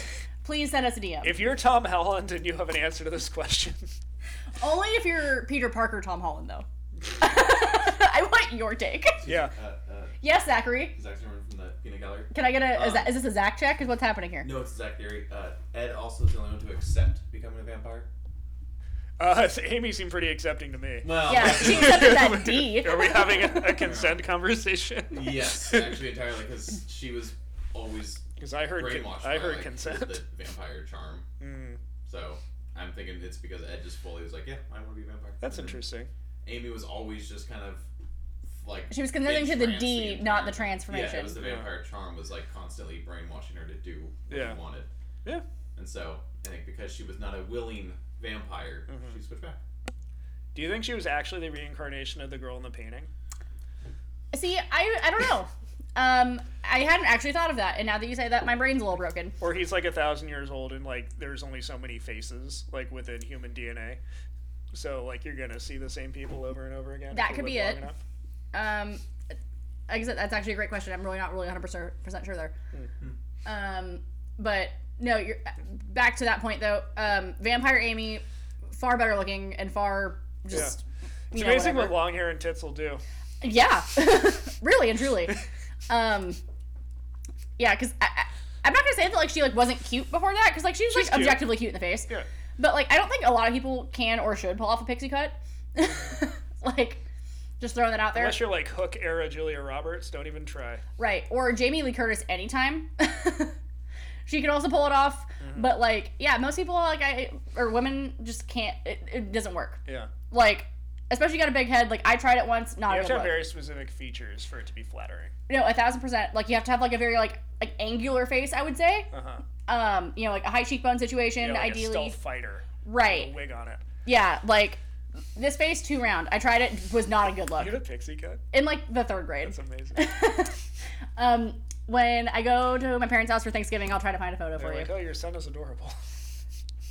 S1: (laughs)
S2: Please send us a DM.
S1: if you're tom holland and you have an answer to this question (laughs)
S2: Only if you're Peter Parker, Tom Holland, though. (laughs) I want your take.
S1: yeah
S3: Uh, uh,
S2: Yes, Zachary.
S3: Zach Zimmerman from the Peanut Gallery.
S2: Can I get a?
S1: Uh,
S2: is,
S3: Um,
S2: that, is this a Zach check? Is what's happening here?
S3: No, it's Zach Theory. Uh, Ed also is the only one to accept becoming a vampire.
S1: uh, amy seemed pretty accepting to me
S3: Well,
S2: Yeah,
S3: (laughs)
S2: she accepted that D.
S1: (laughs) Are we having a, a consent conversation? (laughs)
S3: yes, actually entirely because she was always
S1: Because I heard con-
S3: brainwashed.
S1: I
S3: by,
S1: heard
S3: like,
S1: consent.
S3: The vampire charm.
S1: Mm,
S3: So I'm thinking it's because Ed just fully was like, yeah, I want to be a vampire.
S1: (laughs) that's
S3: And then
S1: interesting.
S3: Amy was always just kind of like.
S2: She was consenting to the
S3: entranced
S2: D,
S3: entire-
S2: not the
S3: Yeah,
S2: transformation.
S3: it was the vampire charm was like constantly brainwashing her to do what
S1: Yeah.
S3: she wanted.
S1: Yeah.
S3: And so I think because she was not a willing vampire,
S1: Mm-hmm.
S3: she switched back.
S1: Do you think she was actually the reincarnation of the girl in the painting?
S2: See, I I don't know. Um, I hadn't actually thought of that, and now that you say that, my brain's a little broken.
S1: Or he's like a thousand years old and like there's only so many faces like within human DNA. So like you're gonna see the same people over and over again. if
S2: That
S1: you
S2: could
S1: live
S2: be
S1: long
S2: it.
S1: enough.
S2: Um, I guess that- that's actually a great question. I'm really not really 100% sure there. Um, but no, you're back to that point though. Um, Vampire Amy, far better looking and far just.
S1: It's
S2: You know,
S1: amazing what
S2: whatever.
S1: long hair and tits will do.
S2: Yeah, (laughs) really and truly. Um, yeah, because I, I, I'm not gonna say that like she like wasn't cute before that because like she's,
S1: She's
S2: like
S1: cute.
S2: objectively cute in the face.
S1: Yeah.
S2: But like I don't think a lot of people can or should pull off a pixie cut. (laughs) like, just throwing that out there.
S1: Unless you're like Hook era Julia Roberts, don't even try.
S2: Right. Or Jamie Lee Curtis anytime. (laughs) she could also pull it off.
S1: Mm-hmm.
S2: But like, yeah, most people like I or women just can't it, it doesn't work.
S1: Yeah.
S2: Like especially you got a big head. Like I tried it once, not
S1: You
S2: a
S1: have to
S2: good
S1: have
S2: look.
S1: very specific features for it to be flattering.
S2: no, a thousand percent. Like you have to have like a very like like angular face, I would say.
S1: Uh huh.
S2: Um, you know, like a high cheekbone situation,
S1: Yeah, like a
S2: ideally.
S1: stealth fighter. A
S2: Right.
S1: wig on it.
S2: Yeah, like this face too round. I tried it, was not a good look.
S1: You had a pixie cut?
S2: In like the third grade.
S1: That's amazing.
S2: um, when I go to my parents' house for Thanksgiving, I'll try to find a photo
S1: They're
S2: for you.
S1: like, oh, your son is
S2: (laughs)
S1: adorable.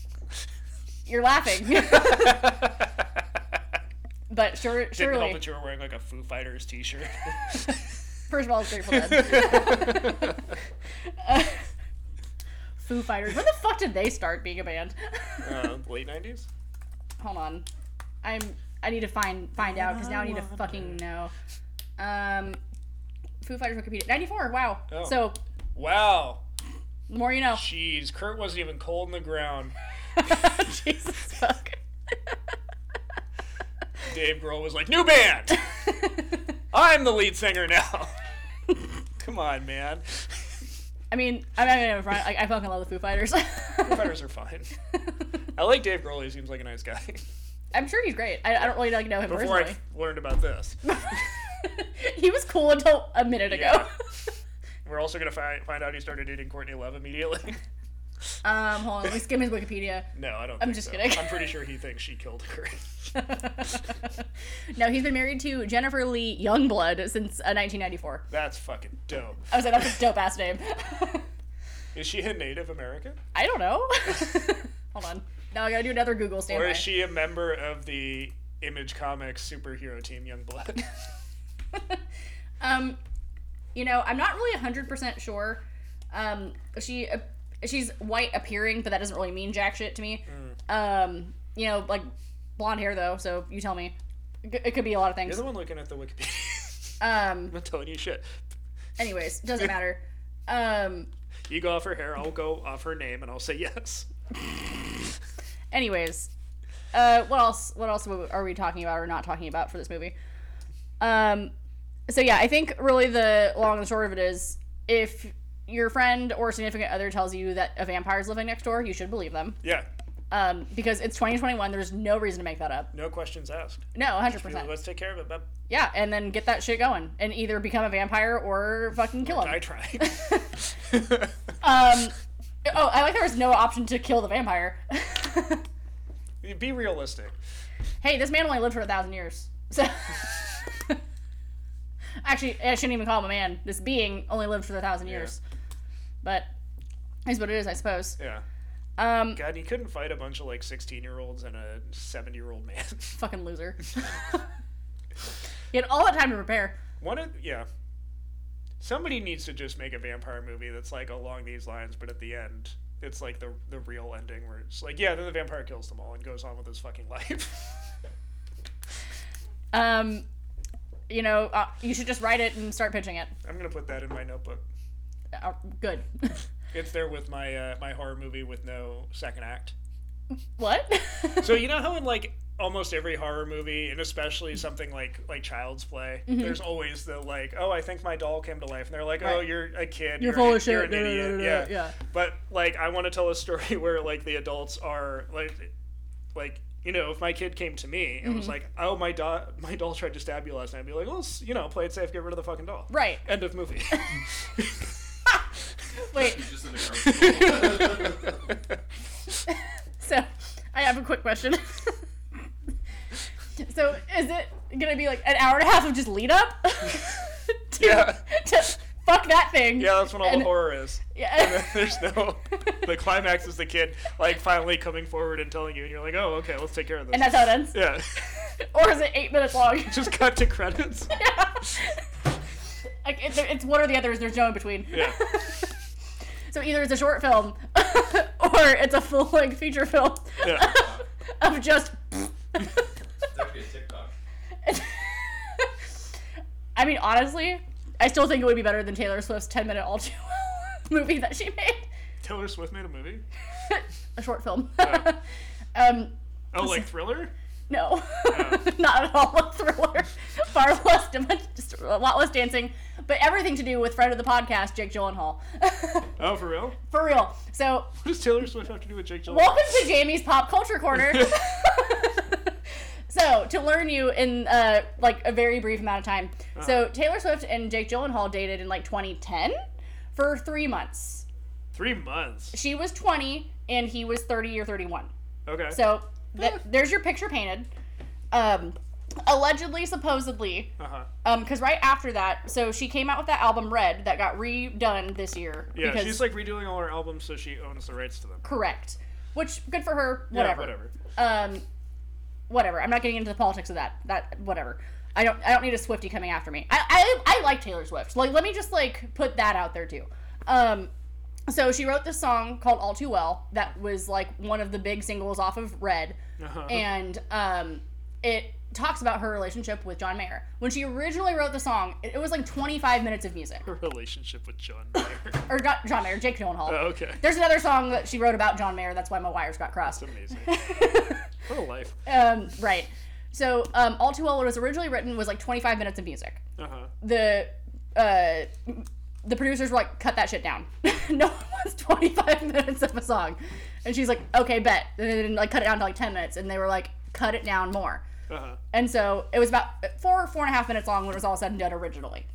S1: (laughs)
S2: You're laughing. (laughs)
S1: Didn't
S2: But sure,
S1: help
S2: surely,
S1: that you were wearing like a Foo Fighters
S2: (laughs)
S1: T-shirt. (laughs)
S2: first of all, it's Grateful Dead. Uh, Foo Fighters. When the fuck did they start being a band?
S1: Uh, late nineties.
S2: (laughs) Hold on, I'm. I need to find find out because now I need to fucking know. Um, Foo Fighters Wikipedia 94. Wow.
S1: Oh.
S2: So
S1: Wow.
S2: the more
S1: (laughs)
S2: you know. (laughs)
S1: Jeez, Kurt wasn't even cold in the ground.
S2: Jesus fuck. (laughs)
S1: Dave Grohl was like, new band. I'm the lead singer now. (laughs) Come on, man.
S2: I mean, I'm not gonna front. Like, I fucking love the Foo Fighters.
S1: Foo Fighters are fine.
S2: (laughs)
S1: I like Dave Grohl. He seems like a nice guy. (laughs)
S2: I'm sure he's great. I, I don't really like know him
S1: Before I
S2: personally.
S1: learned about this,
S2: (laughs) he was cool until a minute ago.
S1: Yeah. we're also gonna fi- find out he started dating Courtney Love immediately.
S2: (laughs) Um, hold on, let me skim his Wikipedia.
S1: (laughs)
S2: (laughs)
S1: No, I don't.
S2: I'm
S1: think
S2: just
S1: so.
S2: kidding. (laughs)
S1: I'm pretty sure he thinks she killed Kurt.
S2: No, he's been married to Jennifer Lee Youngblood since uh, 1994.
S1: That's fucking dope.
S2: I was like, that's a dope ass name. (laughs)
S1: Is she a Native American?
S2: I don't know. (laughs) Hold on. Now I gotta do another Google
S1: Or
S2: standby.
S1: is she a member of the Image Comics superhero team
S2: (laughs)
S1: Youngblood?
S2: um, you know, I'm not really 100% sure. Um, she uh, she's white appearing, but that doesn't really mean jack shit to me. Um, you know, like blonde hair though, so you tell me. It could- It could be a lot of
S1: You're
S2: things.
S1: the one looking at the Wikipedia. (laughs)
S2: Um,
S1: I'm not telling you shit.
S2: anyways, doesn't matter. Um,
S1: You go off her hair, I'll go off her name, and I'll say yes.
S2: anyways, uh, what else? What else are we talking about or not talking about for this movie? Um, so yeah, I think really the long and short of it is, if your friend or significant other tells you that a vampire is living next door, you should believe them,
S1: Yeah,
S2: um, because it's 2021. There's no reason to make that up.
S1: no questions asked.
S2: No, 100. percent
S1: Let's take care of it, bub.
S2: Yeah, and then get that shit going, and either become a vampire or fucking kill
S1: I
S2: him. (laughs)
S1: tried.
S2: Um, oh, I like there was no option to kill the vampire.
S1: (laughs)
S2: (laughs)
S1: Be realistic.
S2: hey, this man only lived for a thousand years. So (laughs) actually, I shouldn't even call him a man. This being only lived for a thousand years, but is what it is, I suppose.
S1: Yeah.
S2: Um,
S1: God, you couldn't fight a bunch of like 16 year olds and a 70 year old man.
S2: fucking loser. (laughs) he had all that time to prepare.
S1: One of yeah. Somebody needs to just make a vampire movie that's like along these lines, but at the end, it's like the the real ending where it's like, yeah, then the vampire kills them all and goes on with his fucking (laughs) life.
S2: Um, you know, uh, you should just write it and start pitching it.
S1: I'm gonna put that in my notebook.
S2: Uh, good. (laughs)
S1: It's there with my uh, my horror movie with no second act.
S2: what?
S1: So you know how in like almost every horror movie, and especially something like like Child's Play,
S2: Mm-hmm.
S1: there's always the like, oh, I think my doll came to life, and they're like, oh,
S2: Right.
S1: you're a kid,
S2: You're
S1: an-
S2: full of
S1: you're
S2: shit,
S1: an
S2: da, da,
S1: idiot,
S2: da, da,
S1: yeah.
S2: yeah.
S1: But like, I want to tell a story (laughs) where like the adults are like, like you know, if my kid came to me and
S2: Mm-hmm.
S1: was like, oh, my doll, my doll tried to stab you last night, I'd be like, well, s- you know, play it safe, get rid of the fucking doll.
S2: right.
S1: End of
S2: (laughs)
S1: movie.
S2: Wait.
S3: She's (laughs) just in the garbage.
S2: So, I have a
S1: (laughs)
S2: quick question. so, is it gonna be like an hour and a half of just lead up? (laughs) to,
S1: Yeah.
S2: to fuck that thing.
S1: yeah, that's when all
S2: And-
S1: the horror
S2: (laughs)
S1: is. (laughs)
S2: Yeah.
S1: There's
S2: (laughs)
S1: no. The climax is the kid like finally coming forward and telling you, and you're like, oh, okay, let's take care of this.
S2: and that's how it ends.
S1: yeah. (laughs)
S2: Or is it eight minutes long? (laughs)
S1: Just cut to credits.
S2: like it's, it's one or the other. is There's no in between.
S1: Yeah.
S2: So either it's a short film, (laughs) or it's a full length feature film
S1: Yeah.
S2: (laughs) of just.
S3: It's actually a TikTok.
S2: I mean, honestly, I still think it would be better than Taylor Swift's ten minute all too well (laughs) movie that she made.
S1: Taylor Swift made a movie.
S2: a short film.
S1: Yeah.
S2: (laughs) um,
S1: Oh, like thriller?
S2: no, (laughs) not at all a thriller. Far less, dim- just a lot less dancing, but everything to do with friend of the podcast, Jake Gyllenhaal. (laughs)
S1: Oh, for real? (laughs)
S2: For real. So,
S1: What does Taylor Swift have to do with Jake Gyllenhaal?
S2: welcome to Jamie's pop
S1: (laughs)
S2: culture corner. (laughs) so, to learn you in uh, like a very brief amount of time.
S1: Uh-huh.
S2: So, Taylor Swift and Jake Gyllenhaal dated in like 2010 for three months.
S1: Three months.
S2: She was 20 and he was 30 or 31.
S1: Okay.
S2: So th- there's your picture painted. Um, allegedly, supposedly,
S1: uh huh.
S2: because right after that, so she came out with that album Red that got redone this year.
S1: Yeah,
S2: because,
S1: she's like redoing all her albums, so she owns the rights to them.
S2: correct, which good for her.
S1: Yeah,
S2: Whatever,
S1: whatever.
S2: Um, whatever. I'm not getting into the politics of that. That whatever. I don't. I don't need a Swifty coming after me. I, I I like Taylor Swift. Like, let me just like put that out there too. Um, so she wrote this song called All Too Well that was like one of the big singles off of Red.
S1: Uh-huh.
S2: and um, it talks about her relationship with John Mayer. When she originally wrote the song, it, it was like 25 minutes of music,
S1: (laughs) her relationship with John Mayer. (laughs)
S2: or not John Mayer, Jake Gyllenhaal.
S1: oh,
S2: (laughs)
S1: okay.
S2: There's another song that she wrote about John Mayer. That's why my wires got crossed.
S1: That's
S2: (laughs)
S1: amazing. what a life.
S2: Um, right. So um, All Too Well was originally written was like 25 minutes of music.
S1: Uh huh.
S2: The uh, the producers were like, cut that shit down. (laughs) no one wants 25 (laughs) minutes of a song. And she's like, okay, bet. And then like cut it down to like 10 minutes. And they were like, cut it down more.
S1: Uh huh.
S2: And so it was about four, four and a half minutes long when it was all said and done originally.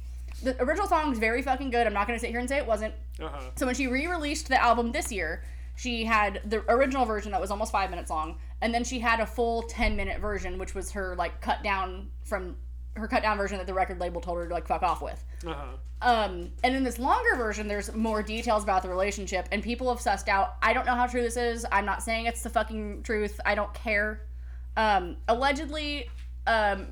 S2: The original song was very fucking good. I'm not going to sit here and say it wasn't.
S1: Uh huh.
S2: So when she re released the album this year, she had the original version that was almost five minutes long, and then she had a full 10 minute version which was her like cut down from her cut down version that the record label told her to like fuck off with
S1: Uh-huh.
S2: um, and in this longer version, there's more details about the relationship, and people have sussed out. I don't know how true this is. I'm not saying it's the fucking truth. I don't care. Um, allegedly, um,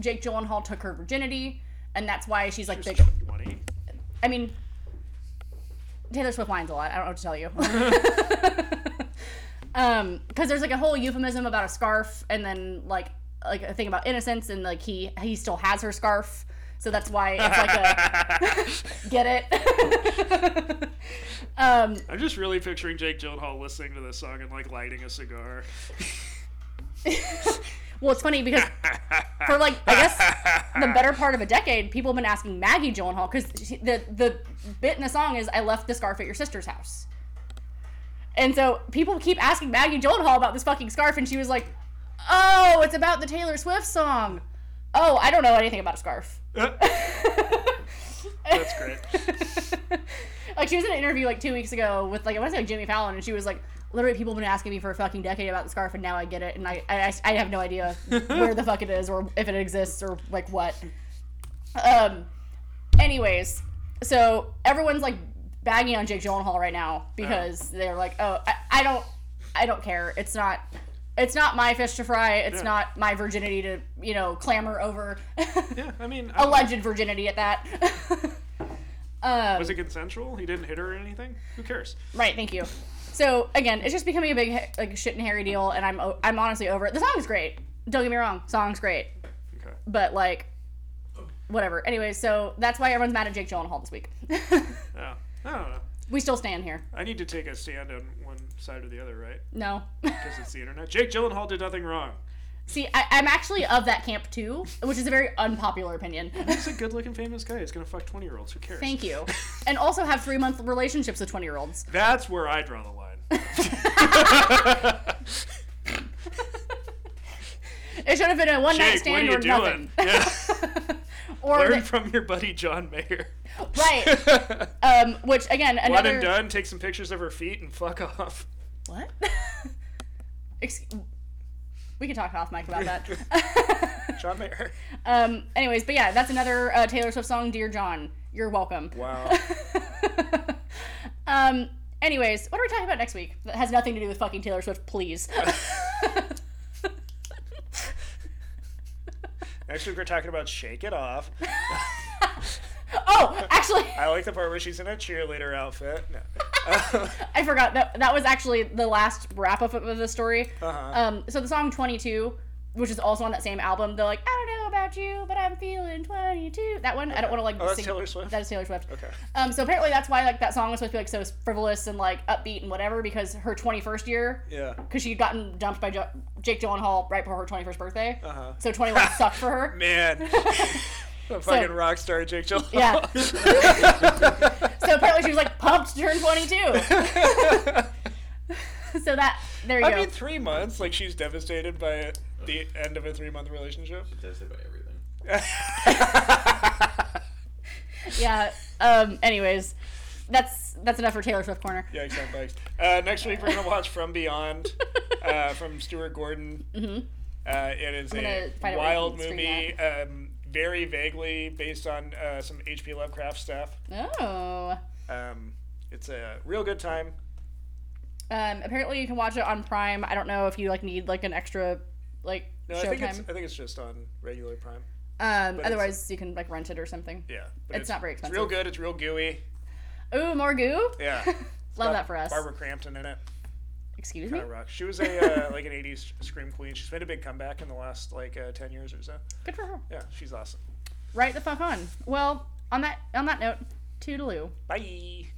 S2: Jake Gyllenhaal took her virginity, and that's why she's like, big.
S1: Just Twenty.
S2: I mean, Taylor Swift whines a lot. I don't know what to tell you. um, because there's like a whole euphemism about a scarf, and then like like a thing about innocence, and like he he still has her scarf, so that's why it's like a. Get it? (laughs) um,
S1: (laughs) I'm just really picturing Jake Gyllenhaal listening to this song and like lighting a
S2: (laughs)
S1: cigar.
S2: well, it's funny because for like I guess the better part of a decade, people have been asking Maggie Gyllenhaal because the the bit in the song is "I left the scarf at your sister's house," and so people keep asking Maggie Gyllenhaal about this fucking scarf, and she was like, "Oh, it's about the Taylor Swift song." Oh, I don't know anything about a scarf.
S1: That's great.
S2: (laughs) like she was in an interview like two weeks ago with like I want to say like Jimmy Fallon, and she was like, literally people have been asking me for a fucking decade about the scarf, and now I get it, and I I, I have no idea where the fuck it is or if it exists or like what. Um. Anyways, so everyone's like bagging on Jake Gyllenhaal right now because they're like, oh, I, I don't, I don't care. It's not. It's not my fish to fry. It's
S1: Yeah.
S2: not my virginity to, you know, clamor over. (laughs)
S1: Yeah, I mean, I-
S2: Alleged virginity at that. (laughs) um,
S1: was it consensual? He didn't hit her or anything. Who cares?
S2: Right, thank you. So again, it's just becoming a big like shit and hairy deal, and I'm o- I'm honestly over it. The song's great. Don't get me wrong, song's great,
S1: Okay.
S2: but like, whatever. Anyway, so that's why everyone's mad at Jake Gyllenhaal this week. (laughs)
S1: Yeah. I don't know.
S2: we still stand here.
S1: I need to take a stand on one side or the other, right?
S2: No, (laughs)
S1: Because it's the internet. Jake Gyllenhaal did nothing wrong.
S2: see, I, I'm actually of that camp too, which is a very unpopular opinion. (laughs)
S1: He's a good-looking, famous guy. He's gonna fuck twenty-year-olds. Who cares?
S2: Thank you, and also have three month relationships with twenty year olds.
S1: That's where (laughs) I draw the line.
S2: It should have been a one night
S1: Jake, what are
S2: stand or
S1: you doing?
S2: nothing.
S1: (laughs) Yeah.
S2: Or
S1: Learn
S2: the-
S1: from your buddy John Mayer.
S2: right,
S1: (laughs)
S2: um, which again another
S1: One and done. Take some pictures of her feet and fuck off.
S2: What? (laughs) Excuse- we can talk off mic about
S1: (laughs)
S2: that.
S1: (laughs) John Mayer.
S2: um. Anyways, but yeah, that's another uh, Taylor Swift song, "Dear John." You're welcome.
S1: Wow.
S2: um. Anyways, what are we talking about next week? That has nothing to do with fucking Taylor
S1: (laughs)
S2: Swift, please.
S1: (laughs)
S2: (laughs)
S1: Next week we're talking about Shake It Off.
S2: oh, actually,
S1: I like the part where she's in a cheerleader outfit. No.
S2: I forgot that that was actually the last wrap up of the story.
S1: Uh-huh.
S2: Um, so the song 22, which is also on that same album, they're like, I don't know about you, but I'm feeling 22. That one, I don't want to like.
S1: Oh, that's
S2: sing-
S1: Taylor Swift?
S2: That is Taylor Swift.
S1: Okay.
S2: Um, so apparently that's why like that song was supposed to be like so frivolous and like upbeat and whatever because her 21st year,
S1: Yeah.
S2: because she'd gotten dumped by jo- Jake Gyllenhaal right before her 21st birthday.
S1: Uh-huh.
S2: So
S1: (laughs)
S2: 21 sucked for her.
S1: (laughs) Man. The fucking rock star Jake Gyllenhaal.
S2: Yeah. So apparently she was like pumped to turn 22.
S1: (laughs)
S2: (laughs) so that there
S1: (laughs)
S2: you
S1: I
S2: go.
S1: mean, three months. Like she's devastated by the end of a three-month relationship.
S3: She does it about everything.
S2: yeah. Um. Anyways, that's that's enough for Taylor Swift corner.
S1: Yikes on bikes. Uh, next week we're gonna watch From
S2: (laughs)
S1: Beyond, uh, from Stuart Gordon. Mm-hmm. Uh, it is
S2: I'm
S1: a
S2: gonna find out where I
S1: wild
S2: can stream
S1: movie, um, very vaguely based on uh, some H.P. Lovecraft stuff.
S2: Oh.
S1: Um, it's a real good time.
S2: Um. Apparently, you can watch it on Prime. I don't know if you like need like an extra like
S1: No, I think it's
S2: showtime.
S1: I think it's just on regular Prime.
S2: Um.
S1: it's-
S2: Otherwise, you can like rent it or something.
S1: Yeah, but
S2: It's not very
S1: It's real
S2: expensive.
S1: good. It's real gooey.
S2: Ooh, more goo.
S1: Yeah,
S2: (laughs) Love that for us.
S1: Barbara Crampton in it.
S2: Excuse me.
S1: Kinda rock. She was
S2: (laughs)
S1: a uh, like an '80s scream queen. She's made a big comeback in the last like uh, ten years or so.
S2: Good for her.
S1: Yeah, she's awesome.
S2: Right the fuck on. Well, on that on that note, toodaloo.
S1: Bye.